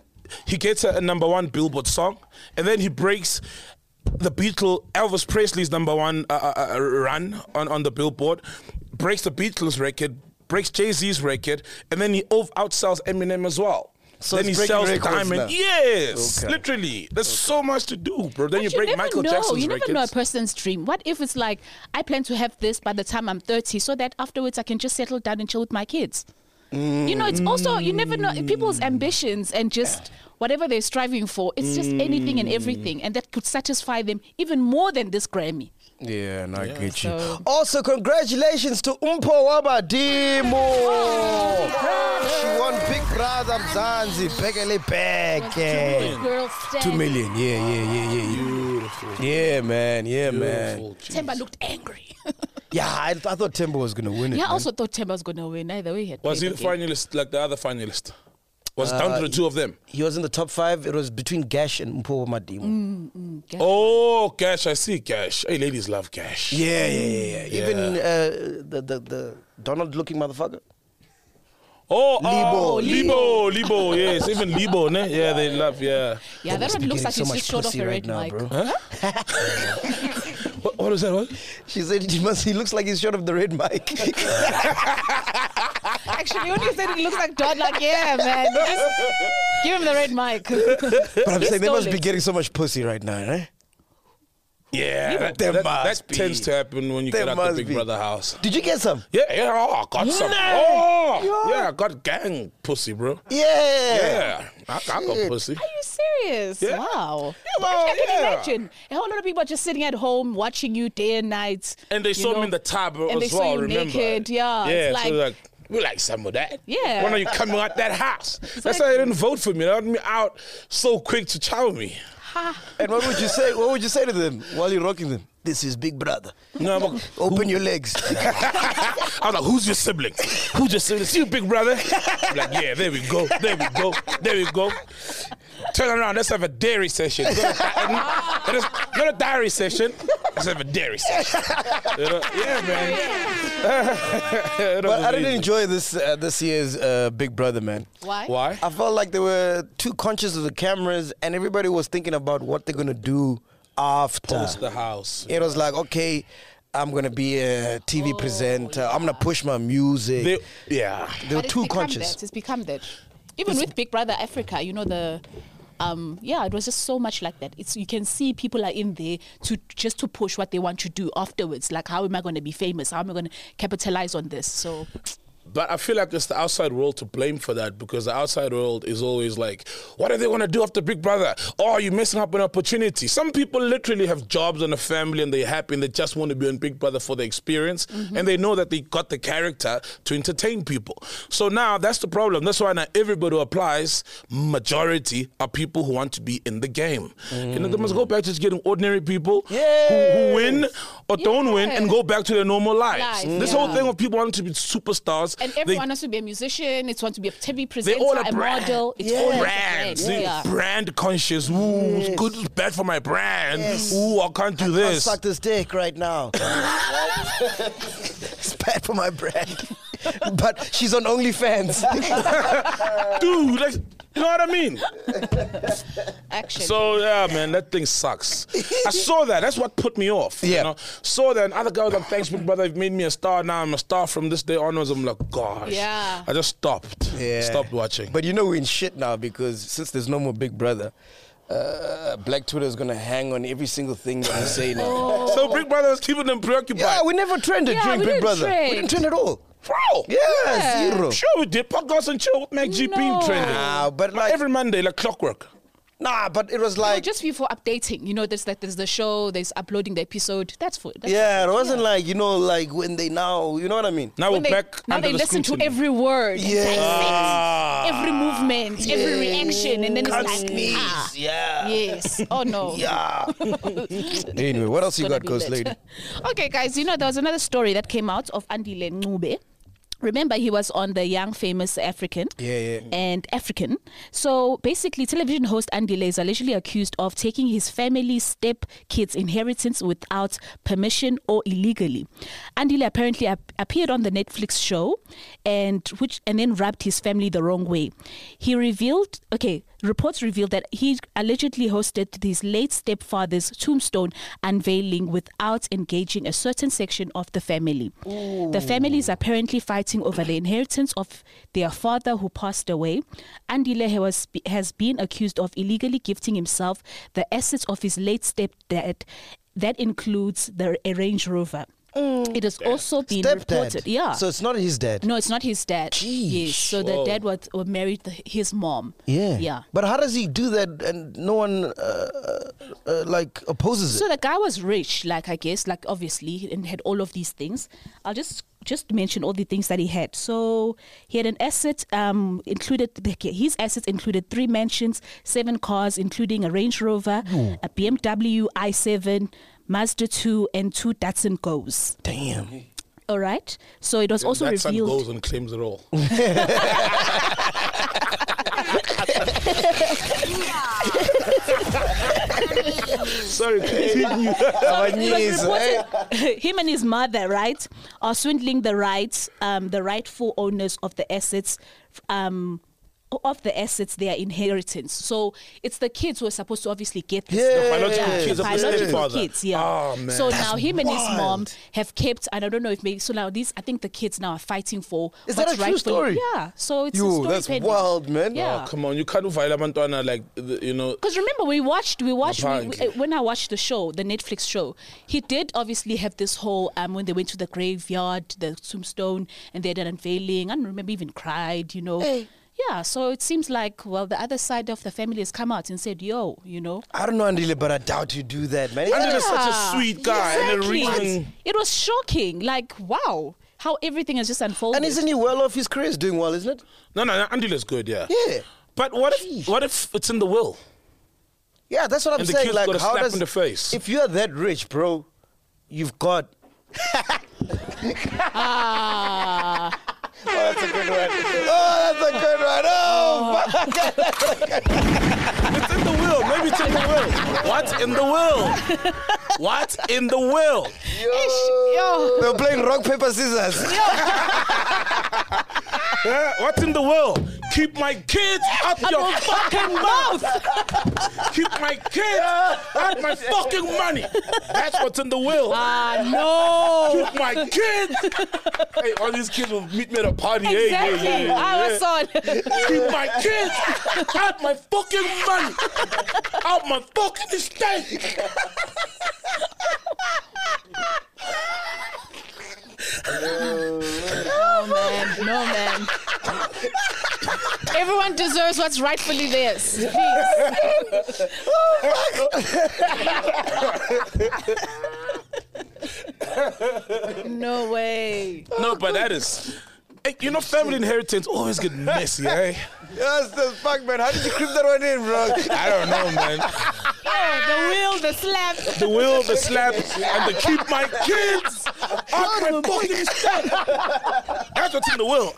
Speaker 3: he gets a, a number one Billboard song, and then he breaks the Beatle Elvis Presley's number one uh, uh, uh, run on on the Billboard, breaks the Beatles record, breaks Jay Z's record, and then he ov- outsells Eminem as well.
Speaker 1: So
Speaker 3: then he
Speaker 1: it's breaking
Speaker 3: sells
Speaker 1: records
Speaker 3: Diamond.
Speaker 1: now.
Speaker 3: Yes,
Speaker 1: Okay.
Speaker 3: literally. There's so much to do, bro. Then
Speaker 2: But
Speaker 3: you break
Speaker 2: never
Speaker 3: Michael
Speaker 2: know.
Speaker 3: Jackson's
Speaker 2: You never
Speaker 3: records.
Speaker 2: know a person's dream. What if it's like I plan to have this by the time I'm 30, so that afterwards I can just settle down and chill with my kids. You know, it's also you never know
Speaker 3: Mm.
Speaker 2: people's ambitions and just whatever they're striving for. It's just anything and
Speaker 3: Mm.
Speaker 2: everything, and that could satisfy them even more than this Grammy.
Speaker 1: Yeah, no, I get
Speaker 2: you. So-
Speaker 1: Also, congratulations to Umpo Wabadimo. She won Big Brother Mzanzi. Pekele Peke.
Speaker 2: Girl,
Speaker 1: Two million. Yeah, yeah, yeah, yeah. yeah.
Speaker 3: Beautiful,
Speaker 1: Yeah, man. Yeah, man.
Speaker 3: beautiful.
Speaker 2: Temba looked angry. (laughs)
Speaker 1: Yeah, I, I thought Timber was gonna win it.
Speaker 2: yeah, I
Speaker 1: man.
Speaker 2: also thought Temba was gonna win. Either way, he had
Speaker 3: Was he
Speaker 2: played
Speaker 3: the
Speaker 2: the game.
Speaker 3: finalist, like the other finalist? Was it down
Speaker 1: Uh,
Speaker 3: to the two of them.
Speaker 1: He was in the top five. It was between Gash and Mpo Madimu.
Speaker 3: Oh, cash! I see cash. Hey, ladies love cash.
Speaker 1: Yeah, yeah, yeah, yeah. Even uh, the, the the Donald looking motherfucker.
Speaker 3: Oh, oh,
Speaker 2: Libo.
Speaker 3: Libo, Libo, yes, even Libo, ne? Yeah, they love, yeah.
Speaker 2: Yeah, that one looks like
Speaker 1: so
Speaker 2: he's
Speaker 1: much
Speaker 2: just short of
Speaker 1: pussy
Speaker 2: a
Speaker 1: right
Speaker 2: red
Speaker 1: now,
Speaker 2: mic.
Speaker 1: bro. (laughs)
Speaker 3: What, what was that? What?
Speaker 1: She said he must. He looks like he's short of the red
Speaker 2: (laughs)
Speaker 1: mic.
Speaker 2: Actually, when you said it looks like Don, like, yeah, man. Just give him the red mic.
Speaker 1: but I'm
Speaker 2: He
Speaker 1: saying they
Speaker 2: stole
Speaker 1: must be
Speaker 2: it.
Speaker 1: getting so much pussy right now, eh? right?
Speaker 3: Yeah, that,
Speaker 1: There
Speaker 3: that, that,
Speaker 1: must be.
Speaker 3: tends to happen when you
Speaker 1: There
Speaker 3: get out the
Speaker 1: must
Speaker 3: Big
Speaker 1: be.
Speaker 3: Brother house.
Speaker 1: Did you get some?
Speaker 3: Yeah, yeah, oh, I got some.
Speaker 1: Nah.
Speaker 3: Oh,
Speaker 1: Yo.
Speaker 3: yeah, I got gang pussy, bro.
Speaker 1: Yeah.
Speaker 3: Yeah, I, I got
Speaker 1: Shit.
Speaker 3: pussy.
Speaker 2: Are you serious?
Speaker 3: Yeah.
Speaker 2: Wow.
Speaker 3: Yeah, well,
Speaker 2: I can
Speaker 3: yeah.
Speaker 2: imagine. A whole lot of people just sitting at home watching you day and night.
Speaker 3: And they
Speaker 2: you
Speaker 3: saw
Speaker 2: know.
Speaker 3: me in the tub as
Speaker 2: and they saw
Speaker 3: well,
Speaker 2: you
Speaker 3: remember?
Speaker 2: naked, yeah,
Speaker 3: Yeah,
Speaker 2: it's
Speaker 3: so
Speaker 2: like-
Speaker 3: like, we like some of that.
Speaker 2: Yeah.
Speaker 3: When are you coming out that house? That's why they didn't vote for me. They wanted me out so quick to chow me.
Speaker 1: And what would you say? What would you say to them while you're rocking them? This is Big Brother.
Speaker 3: No, but
Speaker 1: Open your
Speaker 2: (laughs)
Speaker 1: legs.
Speaker 3: I was like, who's your sibling? Who's your sibling? It's you, big brother. I'm like, yeah, there we go. There we go. There we go. Turn around. Let's have a dairy session. Go to, di- let us- go to diary session. Let's have a dairy session. You know? Yeah, (laughs) man. It
Speaker 1: but
Speaker 3: was
Speaker 1: I didn't
Speaker 3: amazing.
Speaker 1: enjoy this uh, this year's uh, Big Brother, man.
Speaker 2: Why?
Speaker 3: Why?
Speaker 1: I felt like they were too conscious of the cameras, and everybody was thinking about what they're gonna do after.
Speaker 3: Post the house.
Speaker 1: It was like, okay, I'm gonna be a TV presenter. I'm gonna push my music.
Speaker 3: They,
Speaker 1: They,
Speaker 3: yeah.
Speaker 1: were
Speaker 2: But it's
Speaker 1: too
Speaker 2: become
Speaker 1: conscious.
Speaker 2: That. It's become that. Even with Big Brother Africa, you know the. Um, yeah, it was just so much like that. It's you can see people are in there to just to push what they want to do afterwards. Like, how am I going to be famous? How am I going to capitalize on this? So,
Speaker 3: But I feel like it's the outside world to blame for that because the outside world is always like, what are they going to do after Big Brother? Oh, you're missing up an opportunity. Some people literally have jobs and a family and they're happy and they just want to be on Big Brother for the experience
Speaker 2: Mm-hmm.
Speaker 3: and they know that they got the character to entertain people. So now that's the problem. That's why now everybody who applies, majority are people who want to be in the game. You know, they must go back to just getting ordinary people who, who win or don't win and
Speaker 2: Yes.
Speaker 3: go back to their normal lives.
Speaker 2: Lives,
Speaker 3: This
Speaker 2: yeah.
Speaker 3: whole thing of people wanting to be superstars.
Speaker 2: and
Speaker 3: they-
Speaker 2: everyone wants to be a musician. It's want to be a TV presenter,
Speaker 3: all a
Speaker 2: a
Speaker 3: brand.
Speaker 2: model. It's
Speaker 1: Yeah.
Speaker 2: all A
Speaker 3: brands.
Speaker 2: brand.
Speaker 3: See,
Speaker 2: Yeah.
Speaker 3: Brand conscious. Ooh, it's good, it's bad for my brand. Ooh, I can't do
Speaker 1: I
Speaker 3: this.
Speaker 1: suck this dick right now. it's bad for my brand. (laughs) but she's on OnlyFans.
Speaker 3: (laughs)
Speaker 1: (laughs)
Speaker 3: Dude, like, you know what I
Speaker 2: (laughs)
Speaker 3: mean?
Speaker 2: Actually,
Speaker 3: So yeah, man, that thing sucks. I saw that. That's what put me off.
Speaker 1: Yeah.
Speaker 3: You know? Saw that and other guy was like, thanks, big brother, you've made me a star. Now I'm a star from this day onwards. I'm like, gosh.
Speaker 2: Yeah.
Speaker 3: I just stopped.
Speaker 1: Yeah.
Speaker 3: Stopped watching.
Speaker 1: But you know we're in shit now because since there's no more Big Brother, uh, Black Twitter is gonna hang on every single thing that we say
Speaker 2: (laughs)
Speaker 1: now.
Speaker 3: so Big Brother was keeping them preoccupied.
Speaker 1: Yeah, we never trended
Speaker 2: Oh. Yeah,
Speaker 1: during
Speaker 2: we
Speaker 1: Big
Speaker 2: didn't
Speaker 1: Brother.
Speaker 2: trend.
Speaker 1: We didn't trend at all.
Speaker 3: Bro.
Speaker 1: Yeah, zero.
Speaker 3: Sure, we did. Podcast and chill with Mac
Speaker 2: No.
Speaker 3: GP trending.
Speaker 1: Nah, but like-
Speaker 3: every Monday, like clockwork.
Speaker 1: Nah, but it was
Speaker 2: No,
Speaker 1: like
Speaker 2: just before updating, you know, there's that there's the show, there's uploading the episode. That's for that's
Speaker 1: yeah, it wasn't like you know like when they now you know what I mean.
Speaker 3: Now
Speaker 2: when
Speaker 3: we're
Speaker 2: they,
Speaker 3: back
Speaker 2: now
Speaker 3: under
Speaker 2: they
Speaker 3: the
Speaker 2: listen to
Speaker 3: scrutiny.
Speaker 2: every word, and
Speaker 1: Yeah. Ah.
Speaker 2: dissect every movement, every reaction, and then it's
Speaker 1: Can't
Speaker 2: like,
Speaker 1: sneeze.
Speaker 2: ah,
Speaker 1: Yeah.
Speaker 2: yes, oh no,
Speaker 1: Yeah.
Speaker 2: (laughs)
Speaker 1: anyway, what else you
Speaker 2: gonna
Speaker 1: got,
Speaker 2: be
Speaker 1: Ghost
Speaker 2: lit.
Speaker 1: Lady?
Speaker 2: (laughs) okay, guys, you know there was another story that came out of Andile Ngube. Remember, he was on the Young Famous African.
Speaker 1: Yeah, yeah.
Speaker 2: And African. So basically, television host Andile is allegedly accused of taking his family's step kids' inheritance without permission or illegally. Andile apparently ap- appeared on the Netflix show, and which and then rubbed his family the wrong way. He revealed, okay, reports revealed that he allegedly hosted his late stepfather's tombstone unveiling without engaging a certain section of the family. The family is apparently fighting over the inheritance of their father who passed away. Andile was, has been accused of illegally gifting himself the assets of his late stepdad. That includes the a Range Rover. It has also been
Speaker 1: Stepdad.
Speaker 2: reported. Yeah.
Speaker 1: So it's not his dad.
Speaker 2: no, it's not his dad.
Speaker 1: Jeez.
Speaker 2: Yes. So the dad was was married the, his mom.
Speaker 1: Yeah.
Speaker 2: Yeah.
Speaker 1: But how does he do that and no one uh, uh, like opposes
Speaker 2: So
Speaker 1: it?
Speaker 2: the guy was rich, like I guess, like obviously, and had all of these things. I'll just just mention all the things that he had. So he had an asset um, included. His assets included three mansions, seven cars, including a Range Rover, a BMW i7, Mazda 2, and two Datsun Goes.
Speaker 1: Damn.
Speaker 2: All right. So it was also
Speaker 3: that son
Speaker 2: revealed.
Speaker 3: goes and claims it all. Sorry,
Speaker 1: (laughs)
Speaker 3: continue.
Speaker 1: Our
Speaker 2: It was
Speaker 1: knees, eh?
Speaker 2: reported- (laughs) him and his mother, right, are swindling the rights, um, the rightful owners of the assets, um, of the assets their inheritance. So it's the kids who are supposed to obviously get this.
Speaker 1: Yeah.
Speaker 2: stuff.
Speaker 1: The
Speaker 3: biological kids
Speaker 2: the
Speaker 3: of the
Speaker 2: biological
Speaker 3: stepfather.
Speaker 2: kids, yeah.
Speaker 3: Oh, man.
Speaker 2: So now him and his mom
Speaker 1: wild.
Speaker 2: have kept, and I don't know if maybe so now these I think the kids now are fighting for.
Speaker 1: Is that
Speaker 2: what's
Speaker 1: a true
Speaker 2: rightfully-
Speaker 1: story?
Speaker 2: Yeah. So it's a
Speaker 1: You,
Speaker 2: story
Speaker 1: that's
Speaker 2: pending.
Speaker 1: wild, man. Oh,
Speaker 2: Yeah.
Speaker 3: Oh, Come on, you can't violate Mantwana like, the- you know.
Speaker 2: Because remember, we watched, we watched, we, we,
Speaker 3: Apparently.
Speaker 2: uh, when I watched the show, the Netflix show, he did obviously have this whole, um, when they went to the graveyard, the tombstone, and they had an unveiling, and remember even cried, you know. Yeah, so it seems like, well, the other side of the family has come out and said, yo, you know.
Speaker 1: I don't know Andile, but I doubt you do that, man.
Speaker 3: Andile is
Speaker 1: Yeah.
Speaker 3: such a
Speaker 2: Ah,
Speaker 3: sweet guy and a
Speaker 2: exactly.
Speaker 3: reason.
Speaker 2: It was shocking. Like, wow, how everything has just unfolded.
Speaker 1: And isn't he well off? His career is doing well, isn't it?
Speaker 3: No, no, no, Andile is good, yeah.
Speaker 1: Yeah.
Speaker 3: But what if, what if it's in the will?
Speaker 1: Yeah, that's what I'm
Speaker 3: And the
Speaker 1: saying.
Speaker 3: kid's
Speaker 1: like,
Speaker 3: got a
Speaker 1: how
Speaker 3: slap
Speaker 1: does
Speaker 3: in the face.
Speaker 1: if you're that rich, bro, you've got. (laughs) oh, that's a good one. Oh, that's a good one. Oh,
Speaker 3: It's in the will. Maybe it's in the will. What's in the will? What's in the will?
Speaker 2: yo.
Speaker 1: they're playing rock paper scissors.
Speaker 3: Yeah, Eh, what's in the will? Keep my kids out your fucking mouth. (laughs) Keep my kids out my fucking money. That's what's in the will.
Speaker 2: Ah, no.
Speaker 3: Keep my kids. hey, all these kids will meet me at a party. Hey, yeah,
Speaker 2: Exactly. Ah,
Speaker 3: yeah, yeah,
Speaker 2: I
Speaker 3: yeah.
Speaker 2: was on.
Speaker 3: Keep my kids out my fucking money, out my fucking estate.
Speaker 2: man, no man. Everyone deserves what's rightfully theirs. Please. no way.
Speaker 3: No, but that is. Hey, you know, family inheritance always get messy, eh?
Speaker 1: Yes, the fuck, man. How did you creep that one in, (laughs) bro?
Speaker 3: I don't know, man.
Speaker 2: Oh, the will, the slap.
Speaker 3: The will, the slap, and the keep my kids out my fucking estate. That's what's in the will.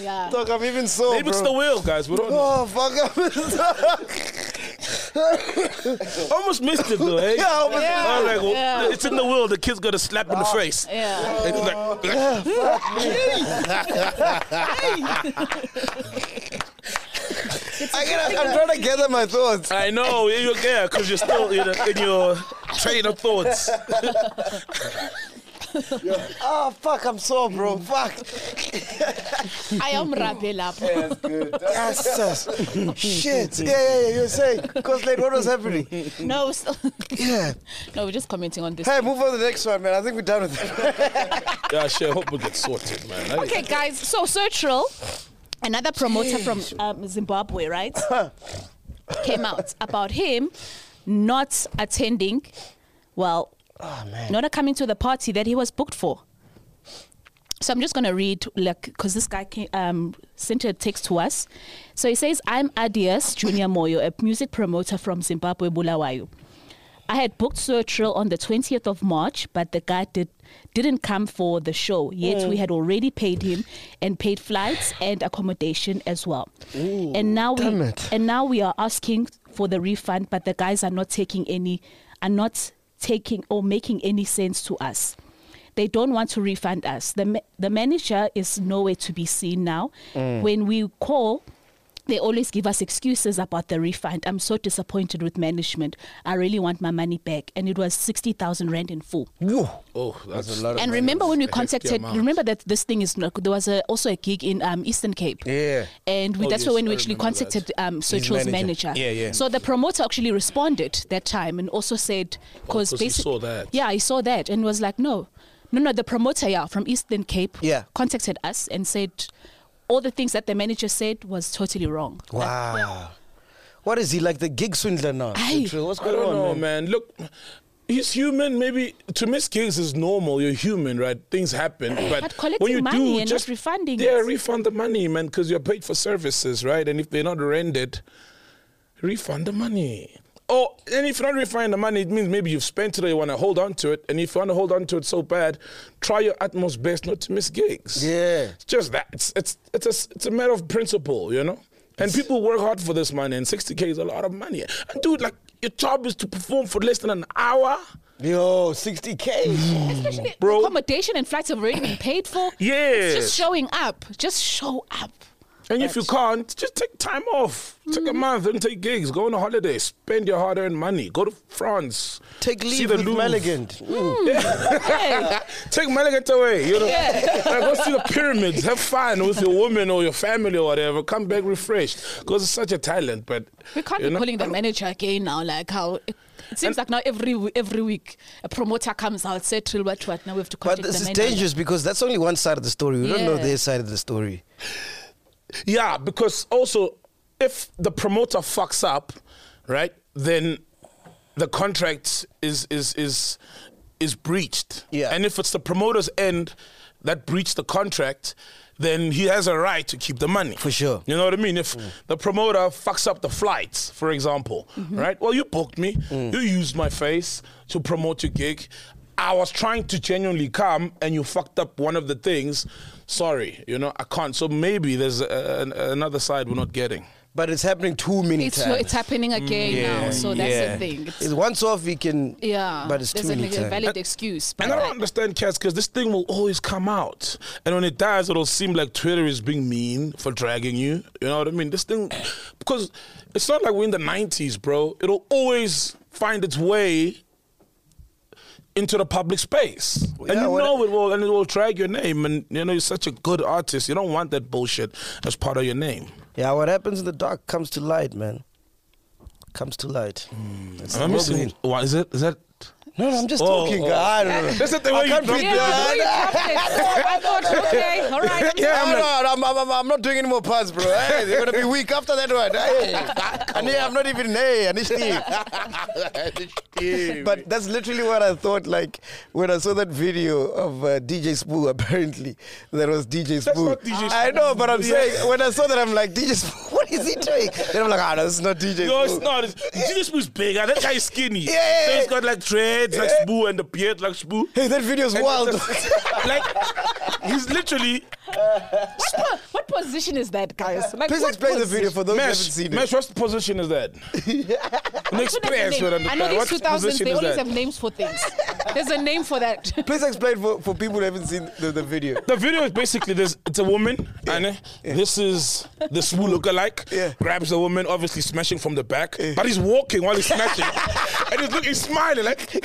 Speaker 2: Yeah.
Speaker 1: Dog, I'm even so.
Speaker 3: Maybe it's the will, guys. We don't know.
Speaker 1: Oh, fuck. I'm (laughs) even
Speaker 3: Almost missed it, though, eh?
Speaker 1: Yeah, I almost-
Speaker 3: I was like, well,
Speaker 2: Yeah.
Speaker 3: it's in the will. The kid's got a slap in the face.
Speaker 2: Yeah.
Speaker 3: And he's like,
Speaker 1: I gotta, I'm trying to gather my thoughts.
Speaker 3: I know, you're yeah, because you're still in, in your train of thoughts.
Speaker 1: Oh, fuck, I'm sore, bro. Fuck.
Speaker 2: I am Rabelap. (laughs)
Speaker 1: Yes, yes. Shit. Yeah, yeah, yeah. You're saying, because like, what was happening?
Speaker 2: No, so-
Speaker 1: Yeah.
Speaker 2: (laughs) no, we're just commenting on this.
Speaker 1: Hey, move on to the next one, man. I think we're done with that.
Speaker 3: Yeah, sure. I hope we get sorted, man. That is-
Speaker 2: Okay, guys. So Sertril, another promoter from um, Zimbabwe, right, came out about him not attending. Well, not coming to the party that he was booked for. So I'm just going to read, like, because this guy came, um, sent a text to us. So he says, I'm Adias Junior Moyo, a music promoter from Zimbabwe, Bulawayo. I had booked Sertril on the 20th of March, but the guy did, didn't come for the show. Yet
Speaker 1: Mm.
Speaker 2: we had already paid him and paid flights and accommodation as well. and now
Speaker 1: damn
Speaker 2: we
Speaker 1: it.
Speaker 2: and now we are asking for the refund, but the guys are not taking any are not taking or making any sense to us. They don't want to refund us. The, ma- the manager is nowhere to be seen now.
Speaker 3: Mm.
Speaker 2: When we call, they always give us excuses about the refund. I'm so disappointed with management. I really want my money back. And it was 60,000 Rand in full.
Speaker 3: Oh, that's,
Speaker 1: a lot of
Speaker 2: And remember when we
Speaker 3: a hefty
Speaker 2: contacted,
Speaker 3: amount.
Speaker 2: remember that this thing is, not- there was a, also a gig in um, Eastern Cape.
Speaker 1: Yeah.
Speaker 2: And we,
Speaker 3: Oh,
Speaker 2: that's
Speaker 3: yes,
Speaker 2: when
Speaker 3: I
Speaker 2: we actually
Speaker 3: remember that.
Speaker 2: contacted um, Sotro's
Speaker 1: manager.
Speaker 2: manager.
Speaker 1: Yeah, yeah.
Speaker 2: So the promoter actually responded that time and also said, because
Speaker 3: 'cause Oh, he saw that.
Speaker 2: Yeah, he saw that and was like, no. No, no, the promoter yeah, from Eastern Cape
Speaker 1: Yeah.
Speaker 2: contacted us and said all the things that the manager said was totally wrong.
Speaker 1: Wow. What is he like, the gig swindler now?
Speaker 2: Aye.
Speaker 1: Central? What's
Speaker 3: I
Speaker 1: going
Speaker 3: don't
Speaker 1: on,
Speaker 3: know,
Speaker 1: man?
Speaker 3: man. Look, he's human. Maybe to miss gigs is normal. You're human, right? Things happen, but,
Speaker 2: But collecting
Speaker 3: when you
Speaker 2: money
Speaker 3: do,
Speaker 2: and not
Speaker 3: just
Speaker 2: refunding
Speaker 3: Yeah,
Speaker 2: it.
Speaker 3: refund the money, man, because you're paid for services, right? And if they're not rendered, refund the money. Oh, and if you're not refining the money, it means maybe you've spent it or you want to hold on to it. And if you want to hold on to it so bad, try your utmost best not to miss gigs.
Speaker 1: Yeah.
Speaker 3: It's just that. It's it's it's a it's a matter of principle, you know. And people work hard for this money, and 60k is a lot of money. And dude, like your job is to perform for less than an hour.
Speaker 1: Yo, 60K.
Speaker 2: Especially
Speaker 3: Bro.
Speaker 2: accommodation and flights have already been paid
Speaker 3: (laughs)
Speaker 2: for.
Speaker 3: Yeah.
Speaker 2: It's just showing up. Just show up.
Speaker 3: And if you can't, just take time off. Take
Speaker 1: Mm-hmm.
Speaker 3: a month and take gigs. Go on a holiday. Spend your hard-earned money. Go to France.
Speaker 1: Take
Speaker 3: See
Speaker 1: leave
Speaker 3: the
Speaker 1: with
Speaker 3: Louvre. (laughs)
Speaker 1: Maligan.
Speaker 2: Hey.
Speaker 3: Take Maligat away. You know,
Speaker 2: Yeah.
Speaker 3: Like, go see the pyramids. Have fun with your woman or your family or whatever. Come back refreshed because it's such a talent. But
Speaker 2: We can't
Speaker 3: you
Speaker 2: be
Speaker 3: know,
Speaker 2: calling the manager again now. Like how it, it seems like now every w- every week a promoter comes out say Trill what what now we have to
Speaker 1: But
Speaker 2: contact
Speaker 1: this
Speaker 2: the
Speaker 1: is
Speaker 2: manager.
Speaker 1: dangerous because that's only one side of the story. We don't know
Speaker 2: Yeah.
Speaker 1: their side of the story.
Speaker 3: Yeah, because also if the promoter fucks up, right, then the contract is is is is breached.
Speaker 1: Yeah.
Speaker 3: And if it's the promoter's end that breached the contract, then he has a right to keep the money.
Speaker 1: For sure.
Speaker 3: You know what I mean? If the promoter fucks up the flights, for example,
Speaker 1: Mm-hmm.
Speaker 3: right? Well, you booked me,
Speaker 1: Mm.
Speaker 3: you used my face to promote your gig. I was trying to genuinely come and you fucked up one of the things. Sorry, you know, I can't. So maybe there's a, an another side we're not getting.
Speaker 1: But it's happening too many
Speaker 2: It's
Speaker 1: times.
Speaker 2: it's happening again now. So that's
Speaker 1: Mm, yeah.
Speaker 2: the thing. It's,
Speaker 1: It's once off we can.
Speaker 2: yeah.
Speaker 1: But it's too
Speaker 2: there's a,
Speaker 1: many
Speaker 2: like, a
Speaker 1: times.
Speaker 2: valid excuse. But
Speaker 3: And I don't
Speaker 2: like-
Speaker 3: understand cats because this thing will always come out. And when it dies, it'll seem like Twitter is being mean for dragging you. You know what I mean? This thing, because it's not like we're in the 90s, bro. It'll always find its way into the public space. and
Speaker 1: yeah,
Speaker 3: you
Speaker 1: what-
Speaker 3: know it will, and it will drag your name. And you know, you're such a good artist. You don't want that bullshit as part of your name.
Speaker 1: Yeah, what happens in the dark comes to light, man. Comes to light. That's
Speaker 3: Am I
Speaker 1: the
Speaker 3: missing-
Speaker 1: word.
Speaker 3: what is it? Is that?
Speaker 1: No, no, I'm just
Speaker 3: Oh,
Speaker 1: talking.
Speaker 3: oh.
Speaker 1: I don't know.
Speaker 3: That's not the
Speaker 1: I
Speaker 3: way you
Speaker 1: can't
Speaker 3: drop
Speaker 1: be
Speaker 2: yeah,
Speaker 1: done.
Speaker 2: sorry,
Speaker 1: (laughs)
Speaker 2: I thought, I thought, Oh
Speaker 3: (laughs)
Speaker 2: okay, all right. I'm
Speaker 3: Yeah,
Speaker 1: No,
Speaker 3: I'm
Speaker 1: no,
Speaker 3: like-
Speaker 1: I'm, I'm, I'm, I'm not doing any more puns, bro. Hey, they're gonna be weak after that one.
Speaker 3: (laughs)
Speaker 1: Hey, I need, I'm not even hey, I need Steve. but that's literally what I thought. Like when I saw that video of uh, DJ Spoo, apparently that was DJ
Speaker 3: That's
Speaker 1: Spoo.
Speaker 3: not DJ
Speaker 1: I know, but I'm
Speaker 3: Yeah.
Speaker 1: saying when I saw that, I'm like DJ Spoo. (laughs) What is he doing? Then I'm like, ah, no, this is not DJ.
Speaker 3: No,
Speaker 1: Spoo.
Speaker 3: it's
Speaker 1: (laughs)
Speaker 3: not. It's, Jesus was bigger. That guy is skinny.
Speaker 1: Yeah.
Speaker 3: So he's got like dreads, like
Speaker 1: Yeah.
Speaker 3: Spoo, and the beard, like Spoo.
Speaker 1: Hey, that video's
Speaker 3: And
Speaker 1: wild.
Speaker 3: it's a- (laughs) like he's literally
Speaker 2: What, what position is that, guys?
Speaker 1: (laughs)
Speaker 2: Like,
Speaker 1: Please
Speaker 2: what
Speaker 1: explain the
Speaker 2: position?
Speaker 1: video for those who haven't
Speaker 3: mesh.
Speaker 1: seen
Speaker 3: Mesh,
Speaker 1: it.
Speaker 3: what's the position is
Speaker 2: (laughs)
Speaker 3: that?
Speaker 1: (laughs)
Speaker 3: An
Speaker 2: What is the
Speaker 3: express.
Speaker 2: name?
Speaker 3: with an-
Speaker 2: I know
Speaker 3: what
Speaker 2: these 2000s,
Speaker 3: position
Speaker 2: they
Speaker 3: is
Speaker 2: always
Speaker 3: that?
Speaker 2: have names for
Speaker 3: (laughs)
Speaker 2: things. There's a name for that.
Speaker 1: (laughs)
Speaker 2: (laughs)
Speaker 1: Please explain for, for people who haven't seen the, the video.
Speaker 3: The video is basically this: it's a woman, and eh, this is the Spoo lookalike.
Speaker 1: Yeah.
Speaker 3: Grabs the woman, obviously smashing from the back, but he's walking while
Speaker 1: (laughs)
Speaker 3: he's smashing, and he's looking, he's smiling like. (laughs)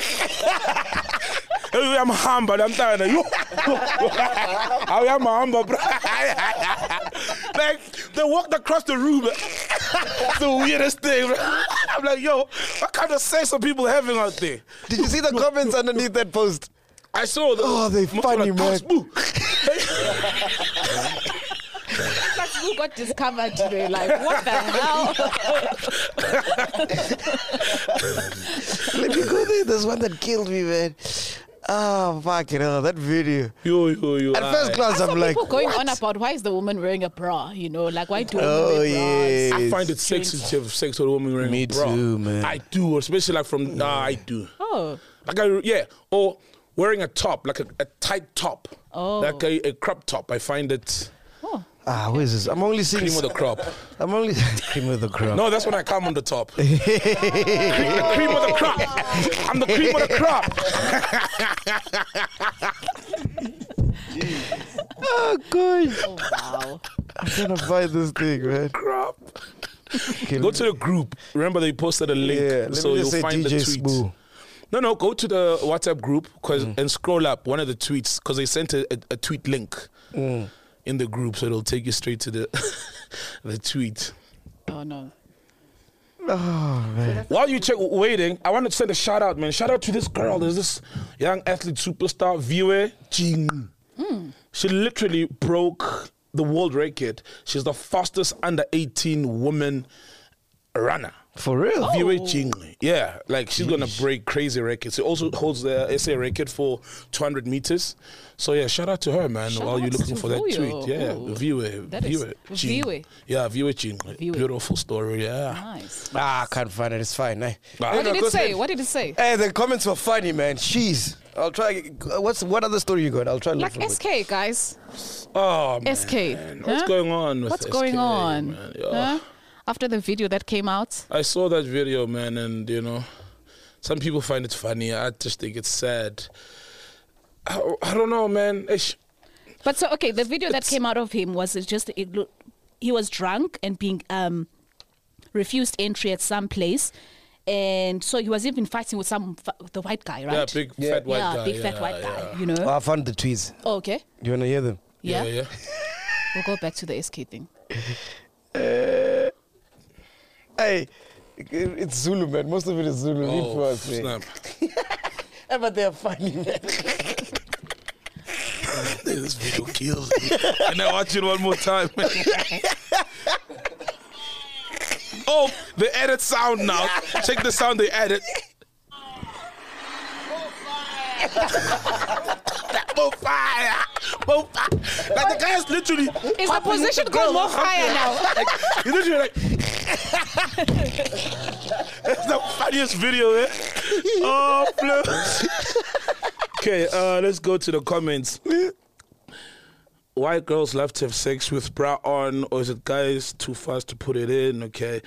Speaker 3: "Hey, I'm humble. I'm tired of you. (laughs) I am humble, bro. (laughs) like they walked across the room. it's (laughs) the weirdest thing. Bro. (laughs) I'm like, yo, what kind of sex are people having out there?
Speaker 1: Did you see the comments underneath that post?
Speaker 3: I saw the
Speaker 1: Oh, they
Speaker 3: Most
Speaker 1: funny,
Speaker 3: of the
Speaker 1: man.
Speaker 3: Spoo.
Speaker 2: That's who got discovered today. Like, what the hell?
Speaker 1: Let me go there. There's one that killed me, man. Oh, fucking hell, that video.
Speaker 3: yo, yo, yo.
Speaker 1: At first
Speaker 3: aye.
Speaker 1: glance, I'm like,
Speaker 2: People going
Speaker 1: what?
Speaker 2: on about why is the woman wearing a bra? You know, like, why do women
Speaker 1: Oh,
Speaker 2: wear bras?
Speaker 1: yeah.
Speaker 3: I find it sexy to have sex with a woman wearing
Speaker 1: Me
Speaker 3: a bra.
Speaker 1: too, man.
Speaker 3: I do, especially like from nah, I do.
Speaker 2: Oh.
Speaker 3: Like I yeah, or wearing a top, like a, a tight top,
Speaker 2: Oh.
Speaker 3: like a, a crop top. I find it
Speaker 1: Ah, where's this? I'm only seeing.
Speaker 3: cream of the crop.
Speaker 1: I'm only (laughs) cream of the crop.
Speaker 3: No, that's when I come on the
Speaker 1: (laughs)
Speaker 3: top. cream, the cream of the crop. I'm the cream of the crop.
Speaker 1: Oh, God.
Speaker 2: Oh, wow.
Speaker 1: I'm trying to buy this thing, man.
Speaker 3: crop.
Speaker 1: Okay,
Speaker 3: Go to the group. Remember they posted a link,
Speaker 1: yeah, let
Speaker 3: so
Speaker 1: me
Speaker 3: you'll
Speaker 1: just say
Speaker 3: find
Speaker 1: DJ
Speaker 3: the tweet.
Speaker 1: Spoo.
Speaker 3: No, no, go to the WhatsApp group 'cause-
Speaker 1: Mm.
Speaker 3: and scroll up one of the tweets because they sent a, a, a tweet link
Speaker 1: Mm.
Speaker 3: in the group, so it'll take you straight to the (laughs) the tweet.
Speaker 2: Oh, no.
Speaker 1: Ah,
Speaker 3: While you check waiting, I want to send a shout out, man. Shout out to this girl. There's this young athlete superstar, Viewer Jing.
Speaker 2: Hmm.
Speaker 3: She literally broke the world record. She's the fastest under 18 woman runner.
Speaker 1: For real?
Speaker 2: Oh.
Speaker 3: Viwe Chingle. Yeah, like she's gonna break crazy records. She also holds the SA record for 200 meters. So yeah, shout out to her, man.
Speaker 2: Shout
Speaker 3: while you're
Speaker 2: out
Speaker 3: looking
Speaker 2: to
Speaker 3: for that
Speaker 2: Vuyo.
Speaker 3: tweet, yeah,
Speaker 2: Ooh.
Speaker 3: Viwe,
Speaker 2: That is-
Speaker 3: Viwe, Chingle.
Speaker 2: Viwe.
Speaker 3: yeah, Viwe Chingle.
Speaker 2: Viwe.
Speaker 3: Beautiful story, yeah.
Speaker 2: Nice.
Speaker 1: Ah, I can't find it. It's fine. eh?
Speaker 3: Nah.
Speaker 1: Hey,
Speaker 2: What
Speaker 1: no,
Speaker 2: did it
Speaker 1: cause-
Speaker 2: say? What did it say?
Speaker 1: Hey, the comments were funny, man. Jeez. I'll try. What's what other story you got? I'll try. and
Speaker 2: Like
Speaker 1: look for it.
Speaker 2: SK, guys.
Speaker 3: Oh man,
Speaker 2: SK.
Speaker 3: what's
Speaker 2: huh?
Speaker 3: going on? With
Speaker 2: What's
Speaker 3: SK,
Speaker 2: going on?
Speaker 3: man? Yeah.
Speaker 2: Huh? After the video that came out,
Speaker 3: I saw that video, man, and you know, some people find it funny. I just think it's sad. I, I don't know, man. Ish.
Speaker 2: but so okay, the video that came out of him was it just it, lo- he was drunk and being um refused entry at some place, and so he was even fighting with some fa- the white guy, right?
Speaker 3: Yeah, big fat white
Speaker 2: Yeah,
Speaker 3: guy.
Speaker 2: big fat white
Speaker 3: yeah. Uh,
Speaker 2: guy. You know.
Speaker 1: Oh, I found the tweets.
Speaker 2: Oh, okay.
Speaker 1: You wanna hear them?
Speaker 2: Yeah.
Speaker 3: yeah, yeah.
Speaker 2: We'll go back to the SK thing.
Speaker 1: Hey, it- it's Zulu, man. Most of it is Zulu. Read for
Speaker 3: Oh,
Speaker 1: us, man.
Speaker 3: snap. (laughs)
Speaker 1: Eh, but they are funny, man. (laughs)
Speaker 3: this video kills me. and I watch it one more time. (laughs) oh, they added sound now. Check the sound they added. More fire! More fire! Like the guy is literally.
Speaker 2: Is the position called more fire
Speaker 3: (laughs)
Speaker 2: now?
Speaker 3: He's literally like. That's the funniest video, eh? Oh, Okay, uh, let's go to the comments. White girls love to have sex with bra on, or is it guys too fast to put it in? Okay.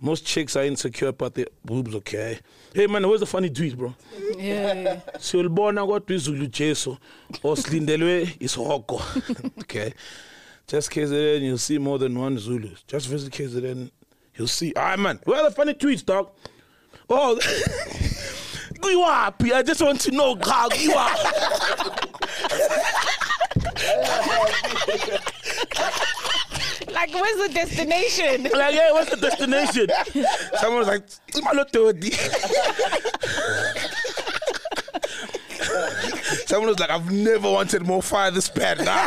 Speaker 3: Most chicks are insecure about their boobs, okay. Hey, man, where's the funny tweet, bro?
Speaker 2: Yeah.
Speaker 3: siyolibona kodwa izulu jesu osilindelwe isihoko (laughs) okay just kzn you'll see more than one zulu just visit kzn you'll see ah man where are the funny tweets dog oh (laughs) kuyiwaphi i just want to know cha kuyiwaphi
Speaker 2: Like, where's the destination?
Speaker 3: like hey what's the destination someone was like imalotodi someone was like i've never wanted more fire this bad now (laughs)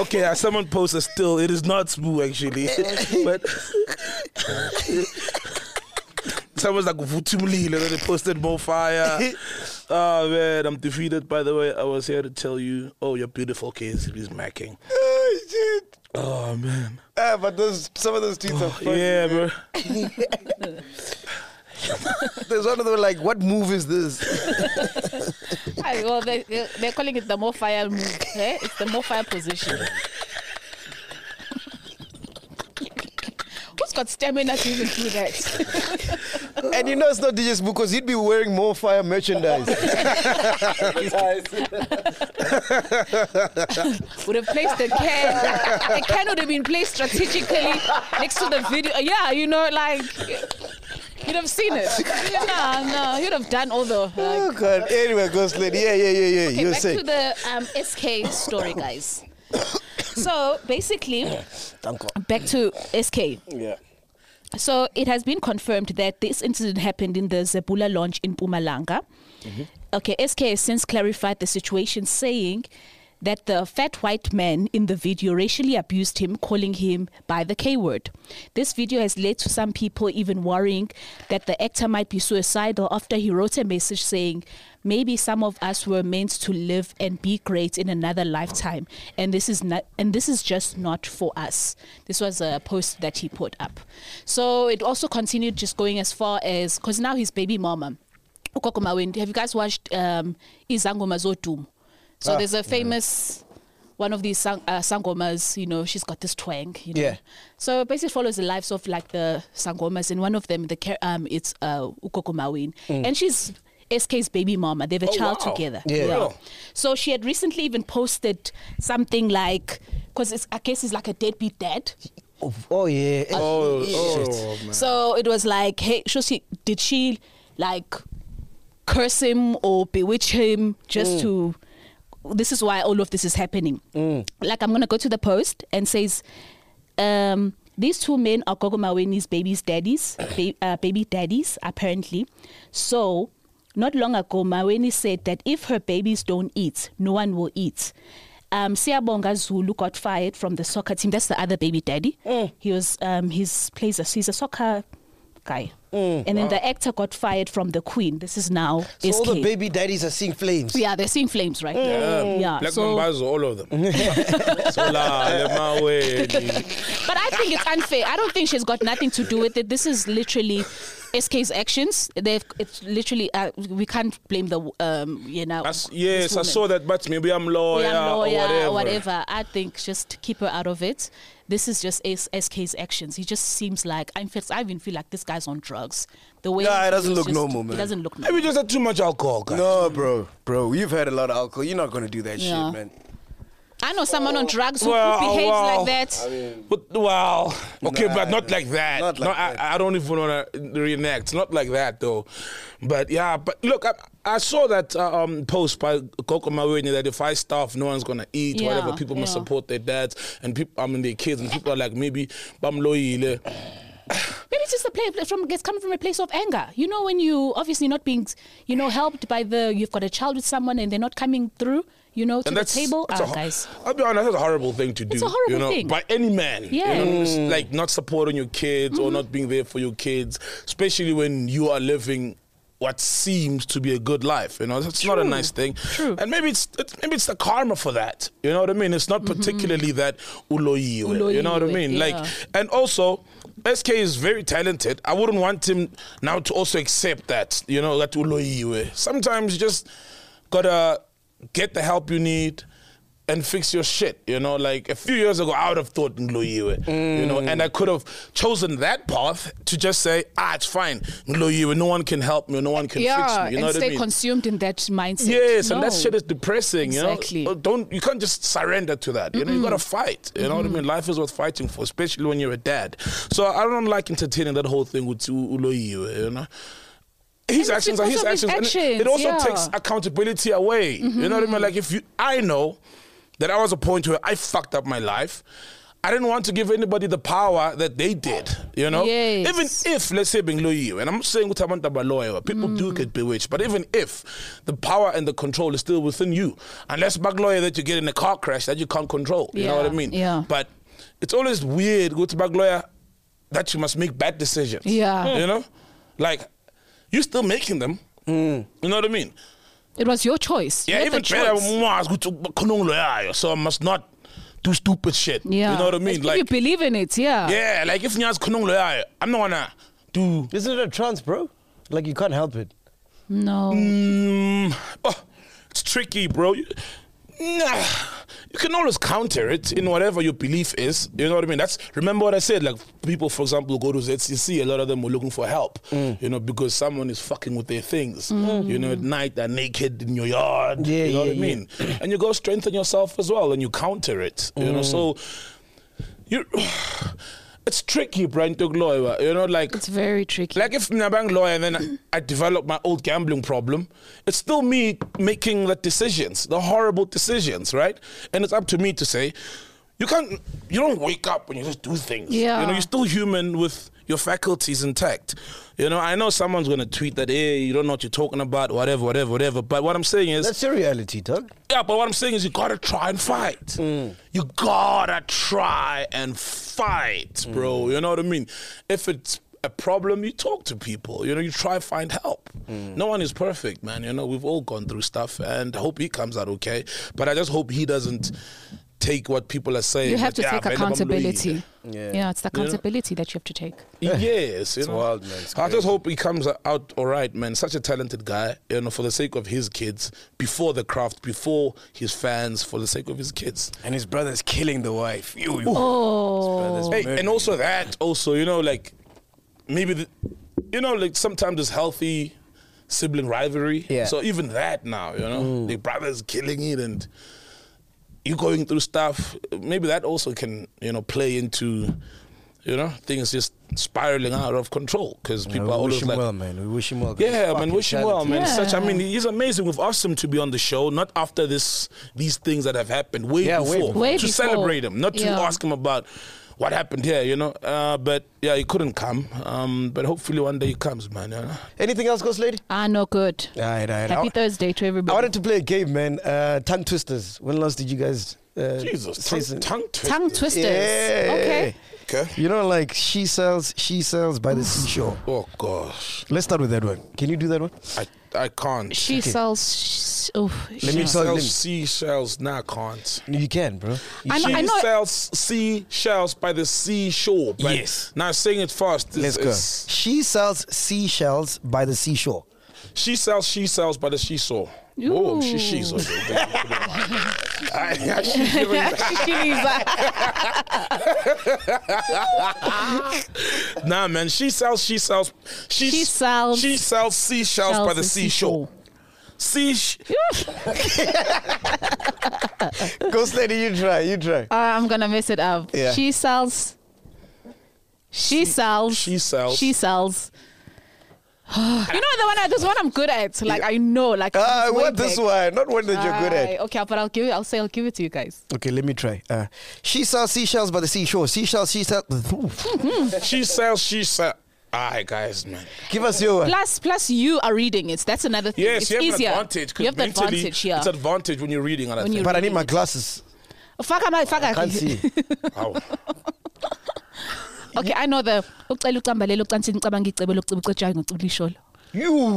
Speaker 3: okay uh, someone posted still it is not smooth actually (laughs) but Someone's like Vutumlile, then they posted more fire. oh man, I'm defeated by the way. I was here to tell you, oh your beautiful case is macking.
Speaker 1: Oh, shit. Oh,
Speaker 3: Oh man.
Speaker 1: Ah, but those some of those tweets are funny.
Speaker 3: Yeah, bro.
Speaker 1: (laughs) There's one of them like, what move is this?
Speaker 2: Hi, (laughs) well, they, they- they're calling it the more fire move. Eh? It's the more fire position. Who's got stamina to even do that? (laughs)
Speaker 1: and you know it's not DJ's because he'd be wearing more fire merchandise.
Speaker 2: Would have placed the can. The can would have been placed strategically next to the video. Yeah, you know, like you'd have seen (laughs) it. Yeah, no, no, you'd have done all the. Like,
Speaker 1: (laughs) oh god. Anyway, Ghost Lady. Yeah, yeah, yeah, yeah.
Speaker 2: Okay,
Speaker 1: You're
Speaker 2: back
Speaker 1: safe.
Speaker 2: to the um, SK
Speaker 1: (coughs)
Speaker 2: story, guys. so basically, back to SK.
Speaker 1: Yeah.
Speaker 2: So it has been confirmed that this incident happened in the Zebula launch in Pumalanga. Okay, SK has since clarified the situation, saying that the fat white man in the video racially abused him, calling him by the K word. This video has led to some people even worrying that the actor might be suicidal after he wrote a message saying, Maybe some of us were meant to live and be great in another lifetime, and this is not, and this is just not for us. This was a post that he put up. So it also continued, just going as far as because now his baby mama ugogo mawendi have you guys watched um izangoma zodumo so
Speaker 1: Ah,
Speaker 2: there's a famous one of these sang- uh, sangomas you know she's got this twang you know
Speaker 1: Yeah.
Speaker 2: so it basically follows the lives of like the sangomas and one of them the char- um it's uh ugogo mawin and she's SK's baby mama. They have a child
Speaker 3: wow.
Speaker 2: together.
Speaker 1: Yeah. Mm. Oh, Wow.
Speaker 2: So she had recently even posted something like, because it's I guess it's like a deadbeat dad.
Speaker 1: Oh, oh, yeah.
Speaker 3: Oh, oh man.
Speaker 2: So it was like, hey, so she, did she like curse him or bewitch him just to? This is why all of this is happening. Like I'm gonna go to the post and says, um, these two men are Gogo Maweni's baby's daddies, (coughs) ba- uh, baby daddies apparently. So not long ago, Maweni said that if her babies don't eat, no one will eat. Um, Siyabonga Zulu got fired from the soccer team. That's the other baby daddy.
Speaker 1: Mm.
Speaker 2: He was um, he's plays a he's a soccer guy. and then the actor got fired from the Queen. This is now
Speaker 1: Mm. So all the
Speaker 2: SK.
Speaker 1: baby Mm. daddies are seeing flames.
Speaker 2: yeah, they're seeing flames right now. Yeah.
Speaker 3: Black
Speaker 2: so-
Speaker 3: Mambazo, all (laughs) of them. Sola, Lemawe,
Speaker 2: But I think it's unfair. I don't think she's got nothing to do with it. This is literally SK's actions. They've it's literally uh, we can't blame the um you know.
Speaker 3: As-
Speaker 2: this
Speaker 3: yes, I
Speaker 2: woman.
Speaker 3: saw that, but maybe I'm lawyer,
Speaker 2: We are lawyer
Speaker 3: or whatever.
Speaker 2: I think just keep her out of it. This is just S- SK's actions. He just seems like in fact I even feel like this guy's on drugs. The way
Speaker 1: Nah, it
Speaker 2: he
Speaker 1: doesn't
Speaker 2: is
Speaker 1: look
Speaker 2: just-
Speaker 1: normal, man.
Speaker 2: It doesn't look normal.
Speaker 3: Maybe just had too much alcohol, guys.
Speaker 1: No, bro, bro, you've had a lot of alcohol. You're not gonna do that shit,
Speaker 2: Yeah.
Speaker 1: man.
Speaker 2: I know someone on drugs who, who
Speaker 3: Well,
Speaker 2: behaves
Speaker 3: well,
Speaker 2: like that.
Speaker 3: But, wow. Okay,
Speaker 1: Nah,
Speaker 3: but not like that.
Speaker 1: not
Speaker 3: no,
Speaker 1: like
Speaker 3: I,
Speaker 1: that.
Speaker 3: I don't even want to reenact. Not like that, though. But yeah, but look, I, I saw that uh, um, post by Coco Maweni that if I starve, no one's going to eat,
Speaker 2: Yeah,
Speaker 3: whatever. People must
Speaker 2: yeah.
Speaker 3: support their dads and people, I mean, their kids, and people are like, maybe, Bamloile.
Speaker 2: Maybe it's just a play from it's coming from a place of anger. You know, when you obviously not being, you know, helped by the you've got a child with someone and they're not coming through. You know, to
Speaker 3: And
Speaker 2: the
Speaker 3: that's
Speaker 2: table,
Speaker 3: that's
Speaker 2: ah,
Speaker 3: a hor-
Speaker 2: guys.
Speaker 3: I'll be honest, that's a horrible thing to do.
Speaker 2: It's a horrible
Speaker 3: you know,
Speaker 2: thing.
Speaker 3: by any man. you
Speaker 2: Yeah.
Speaker 3: know, just, like not supporting your kids
Speaker 2: Mm-hmm.
Speaker 3: or not being there for your kids, especially when you are living what seems to be a good life. You know, that's not a nice thing.
Speaker 2: True.
Speaker 3: And maybe it's, it's maybe it's the karma for that. You know what I mean? It's not particularly that uloyiwe. You know what I
Speaker 2: Mm-hmm. Uloyiwe,
Speaker 3: mean?
Speaker 2: yeah.
Speaker 3: Like and also, SK is very talented. I wouldn't want him now to also accept that, you know, that uloyiwe. Sometimes you just gotta get the help you need and fix your shit, you know. Like a few years ago, I would have thought ngloyiwe, you know, and I could have chosen that path to just say, ah, it's fine, ngloyiwe. No one can help me, no one can
Speaker 2: Yeah,
Speaker 3: fix me. You know
Speaker 2: and
Speaker 3: what I
Speaker 2: stay
Speaker 3: mean?
Speaker 2: consumed in that mindset.
Speaker 3: Yes, and
Speaker 2: No.
Speaker 3: that shit is depressing.
Speaker 2: Exactly. Mm-hmm.
Speaker 3: You know, Oh, don't you can't just surrender to that. You know, you gotta fight. You know what I mean? Life is worth fighting for, especially when you're a dad. So I don't like entertaining that whole thing with U- Uloyiwe. You know.
Speaker 2: it's
Speaker 3: His actions are
Speaker 2: because
Speaker 3: his
Speaker 2: of his
Speaker 3: actions. and it- it
Speaker 2: actions,
Speaker 3: also
Speaker 2: yeah.
Speaker 3: takes accountability away. You know what I mean? Like if you, I know that I was a point where I fucked up my life. I didn't want to give anybody the power that they did. You know,
Speaker 2: Yes.
Speaker 3: even if let's say being loyal, and I'm not saying ukuthi abantu abaloyal, people do
Speaker 2: Mm.
Speaker 3: get bewitched, but even if the power and the control is still within you, unless back lawyer that you get in a car crash that you can't control, you know
Speaker 2: Yeah,
Speaker 3: what I mean?
Speaker 2: yeah.
Speaker 3: But it's always weird go to back lawyer that you must make bad decisions.
Speaker 2: Yeah.
Speaker 3: you know, like you're still making them. You know what I mean?
Speaker 2: It was your choice.
Speaker 3: Yeah,
Speaker 2: You had
Speaker 3: even
Speaker 2: the
Speaker 3: better.
Speaker 2: choice.
Speaker 3: mwah, it's good to- kuno ngilwayo, So I must not do stupid shit.
Speaker 2: Yeah,
Speaker 3: you know what I mean?
Speaker 2: If you believe in it, yeah.
Speaker 3: yeah, like if Nyas kuno ngilwayo, I'm not gonna do
Speaker 1: Isn't it a trance, bro? Like you can't help it.
Speaker 2: No.
Speaker 3: Mm, oh, it's tricky, bro. You- Nah, you can always counter it in whatever your belief is. You know what I mean? That's remember what I said. Like people, for example, go to ZCC. A lot of them were looking for help.
Speaker 1: Mm.
Speaker 3: You know, because someone is fucking with their things. You know, at night they're naked in your yard.
Speaker 1: Yeah,
Speaker 3: you know
Speaker 1: yeah, (clears throat) Mm.
Speaker 3: what I mean? And you go strengthen yourself as well, and you counter it. You know, so you. (sighs) It's tricky, Brian Togloiwa. You know, like
Speaker 2: It's very tricky.
Speaker 3: like if I'm a bank lawyer and then I, I develop my old gambling problem, it's still me making the decisions, the horrible decisions, right? And it's up to me to say, you can't, you don't wake up and you just do things. You
Speaker 2: Yeah.
Speaker 3: know, you're still human with your faculties intact. You know, I know someone's gonna tweet that, hey, you don't know what you're talking about, whatever, whatever, whatever. But what I'm saying is,
Speaker 1: That's your reality, dog.
Speaker 3: yeah, but what I'm saying is you gotta try and fight.
Speaker 1: Mm.
Speaker 3: You gotta try and
Speaker 1: Mm.
Speaker 3: fight, bro. You know what I mean? If it's a problem, you talk to people. You know, you try and find help.
Speaker 1: Mm.
Speaker 3: No one is perfect, man. You know, we've all gone through stuff, and I hope he comes out okay. But I just hope he doesn't take what people are saying.
Speaker 2: you have to
Speaker 3: that, "Yeah,
Speaker 2: take
Speaker 3: man, I'm
Speaker 2: accountability.
Speaker 1: Yeah.
Speaker 2: Yeah. it's the accountability that you have to take.
Speaker 3: Yes, you know.
Speaker 1: wild, man. It's
Speaker 3: I just
Speaker 1: crazy.
Speaker 3: hope he comes out all right, man. Such a talented guy, you know, for the sake of his kids, before the craft, before his fans, for the sake of his kids.
Speaker 1: And his brother's killing the wife. You, you.
Speaker 2: Oh.
Speaker 1: brother's
Speaker 3: Hey,
Speaker 1: murdering.
Speaker 3: and also that, also, you know, like maybe, the, you know, like sometimes there's healthy sibling rivalry.
Speaker 1: Yeah.
Speaker 3: So even that now, you know, the brother's killing it and you going through stuff. Maybe that also can, you know, play into, you know, things just spiraling out of control because people
Speaker 1: we
Speaker 3: are
Speaker 1: wish
Speaker 3: always
Speaker 1: him
Speaker 3: like,
Speaker 1: well, man. We wish him well. 'cause
Speaker 3: yeah,
Speaker 1: he's
Speaker 3: man.
Speaker 1: fucking
Speaker 3: Wish him well,
Speaker 1: talented.
Speaker 3: man.
Speaker 2: Yeah.
Speaker 3: Such, I mean, he's amazing. We've asked him to be on the show, not after this, these things that have happened way
Speaker 1: Yeah, way
Speaker 3: before,
Speaker 1: before.
Speaker 2: Way
Speaker 3: to
Speaker 2: before.
Speaker 3: celebrate him, not to
Speaker 2: Yeah.
Speaker 3: ask him about what happened here, you know. Uh, but yeah, he couldn't come. Um, but hopefully one day he comes, man. You know?
Speaker 1: Anything else, Ghost Lady?
Speaker 7: Ah, no good.
Speaker 1: All right, all right.
Speaker 7: Happy
Speaker 1: I-
Speaker 7: Thursday to everybody.
Speaker 1: I wanted to play a game, man. Uh, tongue twisters. When last did you guys? Uh,
Speaker 3: Jesus,
Speaker 1: say
Speaker 3: tongue,
Speaker 1: some-
Speaker 3: tongue twi-
Speaker 7: Tongue twisters.
Speaker 1: Yeah.
Speaker 7: Okay.
Speaker 3: Okay.
Speaker 1: You know, like she sells, she sells by the seashore.
Speaker 3: Oh gosh,
Speaker 1: Let's start with that one. Can you do that one?
Speaker 3: I I can't.
Speaker 7: She sells. Oh,
Speaker 2: (laughs)
Speaker 1: Let me
Speaker 3: She
Speaker 1: tell you.
Speaker 3: sells seashells. Nah, I can't.
Speaker 1: You can, bro.
Speaker 7: I know,
Speaker 3: she
Speaker 7: I know.
Speaker 3: sells seashells by the seashore. But
Speaker 1: Yes.
Speaker 3: Now saying it fast. It's,
Speaker 1: Let's go.
Speaker 3: it's-
Speaker 1: She sells seashells by the seashore.
Speaker 3: She sells she sells by the seesaw. Oh, she she's okay. I- I should give it- nah, man. She sells she sells she,
Speaker 7: She sells-
Speaker 3: she sells seashells by the seashore. Sea.
Speaker 1: Ghost lady, you try, you try.
Speaker 7: Uh, I'm gonna mess it up.
Speaker 1: Yeah.
Speaker 7: She sells. She sells.
Speaker 3: she sells.
Speaker 7: She sells. (sighs) you know the one I just one I'm good at. Like I know.
Speaker 3: Uh,
Speaker 7: Like
Speaker 1: Ah, I
Speaker 7: it's way
Speaker 1: want this
Speaker 7: back.
Speaker 1: one, not one that you're good at.
Speaker 7: Aye, Okay, but I'll give it. I'll say I'll give it to you guys.
Speaker 1: Okay, let me try. Uh, she sells seashells by the seashore. Seashells, she sells.
Speaker 3: she sells she sells. Alright, guys, man.
Speaker 1: Give us your one.
Speaker 7: Plus, plus you are reading it. That's another thing.
Speaker 3: Yes,
Speaker 7: it's
Speaker 3: you have
Speaker 7: easier.
Speaker 3: an advantage. 'cause
Speaker 7: You have the
Speaker 3: mentally,
Speaker 7: advantage here.
Speaker 3: It's advantage when you're reading. And I
Speaker 7: When
Speaker 3: think,
Speaker 7: you-
Speaker 1: But I need my glasses.
Speaker 7: Fuck, I'm like, fuck, I
Speaker 1: Can't see.
Speaker 3: wow.
Speaker 7: (laughs) Okay, I know the. Ucela ucamba lelo ocansini ucabanga icebo lokuciba ucetshayo ngocibula isholo.
Speaker 1: You.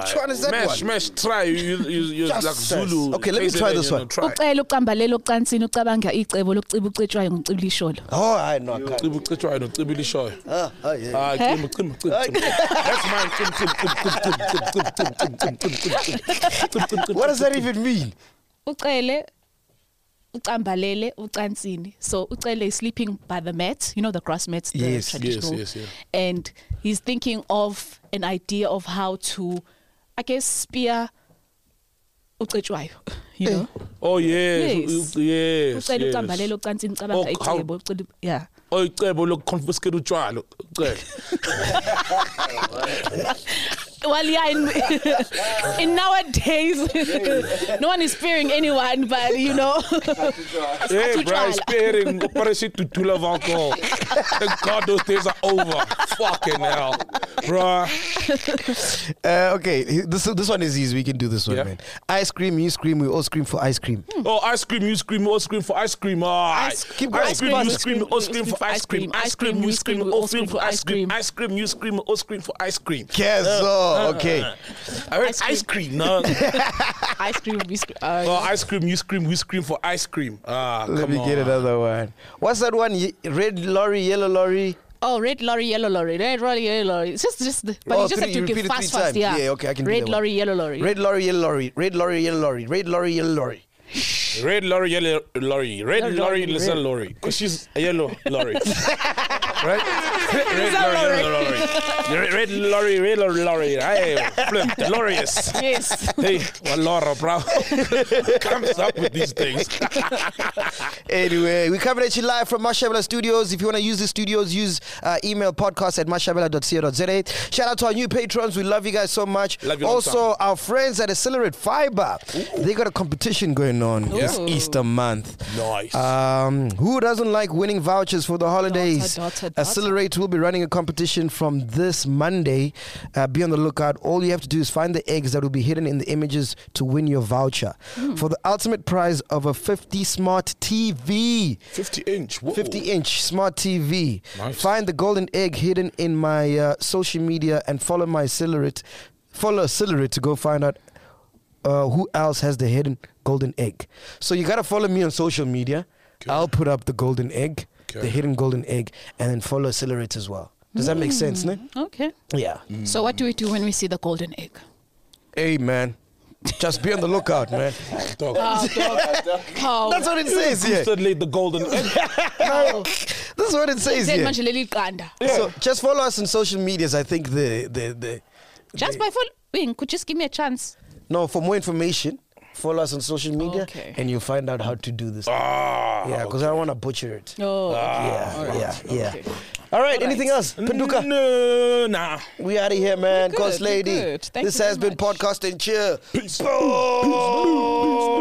Speaker 1: Which one is that
Speaker 3: mesh,
Speaker 1: one?
Speaker 3: mesh, try. You, you, you, you're like
Speaker 1: Justice.
Speaker 3: Zulu.
Speaker 1: Okay, let me
Speaker 3: Face it
Speaker 1: try
Speaker 3: and,
Speaker 1: this
Speaker 3: you know,
Speaker 1: one.
Speaker 3: Try.
Speaker 7: Ucela ucamba lelo ocansini ucabanga icebo lokuciba ucetshayo ngocibula isholo.
Speaker 1: Oh, I know. I can't.
Speaker 3: Uceba, uceba, I know, uceba ilishoyo.
Speaker 1: Ah, ah, yeah.
Speaker 3: Ah, uceba, uceba, uceba, uceba. That's mine. Uceba, uceba, uceba, uceba, uceba, uceba, uceba, uceba, uceba, uceba.
Speaker 1: What does that even mean?
Speaker 7: ucele ucambalele ucansini so ucele is sleeping by the mat you know the grass mat the
Speaker 1: Yes, yes,
Speaker 7: traditional
Speaker 3: yes, yeah.
Speaker 7: and he's thinking of an idea of how to i guess spear ucetshwayo you know
Speaker 3: Oh yes,
Speaker 7: Yes.
Speaker 3: u- yes.
Speaker 7: ucele
Speaker 3: yes.
Speaker 7: ucambalele ucansini ucabanga
Speaker 3: Oh, how-
Speaker 7: icebo ucele yeah
Speaker 3: Oh, icebo lokuconfiscate utshwala. Ucele.
Speaker 7: well yeah
Speaker 2: (laughs)
Speaker 7: in, in nowadays no one is spearing anyone but you know
Speaker 3: Hey,
Speaker 7: Utshwala.
Speaker 3: Eh, bro, sparing operation to two love alcohol. Thank God those days are over. Fucking hell, bro.
Speaker 1: Uh, okay, this this one is easy. We can do this one,
Speaker 3: Yeah.
Speaker 1: man. Ice cream, you scream, we all scream for ice cream.
Speaker 3: Oh, ice cream, you scream, all scream for ice cream. Ah,
Speaker 7: Ice- keep
Speaker 1: going.
Speaker 3: ice cream, you scream, all scream for ice cream. Ice cream, you scream, all scream for ice cream. Ice cream, you scream, all scream for ice cream.
Speaker 1: Yes, oh, okay.
Speaker 3: I heard
Speaker 7: Ice cream.
Speaker 3: ice cream. No.
Speaker 7: ice cream we scre- uh,
Speaker 3: Oh, ice cream, you scream, we scream for ice cream. Ah,
Speaker 1: Let
Speaker 3: come
Speaker 1: me
Speaker 3: on.
Speaker 1: get another one. What's that one? Ye- Red lorry, yellow lorry.
Speaker 7: Oh, red lorry, yellow lorry, red lorry, yellow lorry. It's just, just, the, but
Speaker 1: Oh,
Speaker 7: you just
Speaker 1: three-
Speaker 7: have to
Speaker 1: repeat
Speaker 7: give
Speaker 1: it
Speaker 7: fast,
Speaker 1: three
Speaker 7: fast,
Speaker 1: times.
Speaker 7: yeah.
Speaker 1: Yeah, okay, I can do
Speaker 7: Red
Speaker 1: that one.
Speaker 7: lorry, yellow lorry.
Speaker 1: Red lorry, yellow lorry. Red lorry, yellow lorry. Red lorry, yellow lorry.
Speaker 3: Red lorry, yellow lorry. Red
Speaker 7: Yellow
Speaker 3: lorry,
Speaker 7: lorry,
Speaker 3: listen
Speaker 7: red.
Speaker 3: lorry. Because she's a yellow
Speaker 7: (laughs)
Speaker 3: lorry. right? Red
Speaker 7: Listen
Speaker 3: lorry, yellow lorry. Red- Red lorry, red lorry, lorry. Hey, flip, glorious.
Speaker 7: (laughs) Yes.
Speaker 3: Hey, Walora, bro. (laughs) Comes up with these things.
Speaker 1: Anyway, we're coming at you live from Mashabela Studios. If you want to use the studios, use uh, email podcast at mashabela.co.za. Shout out to our new patrons. We love you guys so much.
Speaker 3: Love you long
Speaker 1: also, our friends at Accelerate Fiber. They got a competition going on this
Speaker 7: Ooh.
Speaker 1: Easter month.
Speaker 3: Nice.
Speaker 1: Um, who doesn't like winning vouchers for the holidays?
Speaker 7: daughter, daughter.
Speaker 1: Accelerate will be running a competition from this Monday. Uh, be on the lookout. All you have to do is find the eggs that will be hidden in the images to win your voucher for the ultimate prize of a 50 smart TV.
Speaker 3: 50 inch. Whoa.
Speaker 1: 50 inch smart TV.
Speaker 3: Nice.
Speaker 1: Find the golden egg hidden in my uh, social media and follow my Accelerate. Follow Accelerate to go find out uh, who else has the hidden golden egg. So you gotta follow me on social media. I'll put up the golden egg, the
Speaker 3: Okay.
Speaker 1: hidden golden egg, and then follow Accelerate as well. Does that make sense, ne?
Speaker 7: okay.
Speaker 1: Yeah.
Speaker 3: Mm.
Speaker 7: So what do we do when we see the golden egg?
Speaker 1: Hey, man. Just be on the lookout,
Speaker 3: (laughs)
Speaker 1: man.
Speaker 3: Dog.
Speaker 7: (laughs) Oh,
Speaker 1: That's what it says
Speaker 3: (laughs)
Speaker 1: here.
Speaker 3: Boosted laid the golden egg.
Speaker 1: (laughs) That's what it says
Speaker 7: then
Speaker 1: here.
Speaker 7: manje leli qanda.
Speaker 1: So just follow us on social medias. I think the the the
Speaker 7: Just by following, could you just give me a chance?
Speaker 1: No, for more information, follow us on social media
Speaker 7: Okay.
Speaker 1: and you'll find out how to do this.
Speaker 3: Ah.
Speaker 1: yeah, because I don't want to butcher it.
Speaker 7: Oh,
Speaker 1: Yeah, yeah, yeah. All right, anything else? Penduka,
Speaker 3: No, nah.
Speaker 1: we out of here, man.
Speaker 7: We're good,
Speaker 1: Ghost
Speaker 7: we're
Speaker 1: Lady.
Speaker 7: good. Thank
Speaker 1: this
Speaker 7: you
Speaker 1: has
Speaker 7: very
Speaker 1: been
Speaker 7: much.
Speaker 1: Podcast and Chill.
Speaker 3: Peace.
Speaker 1: Boom.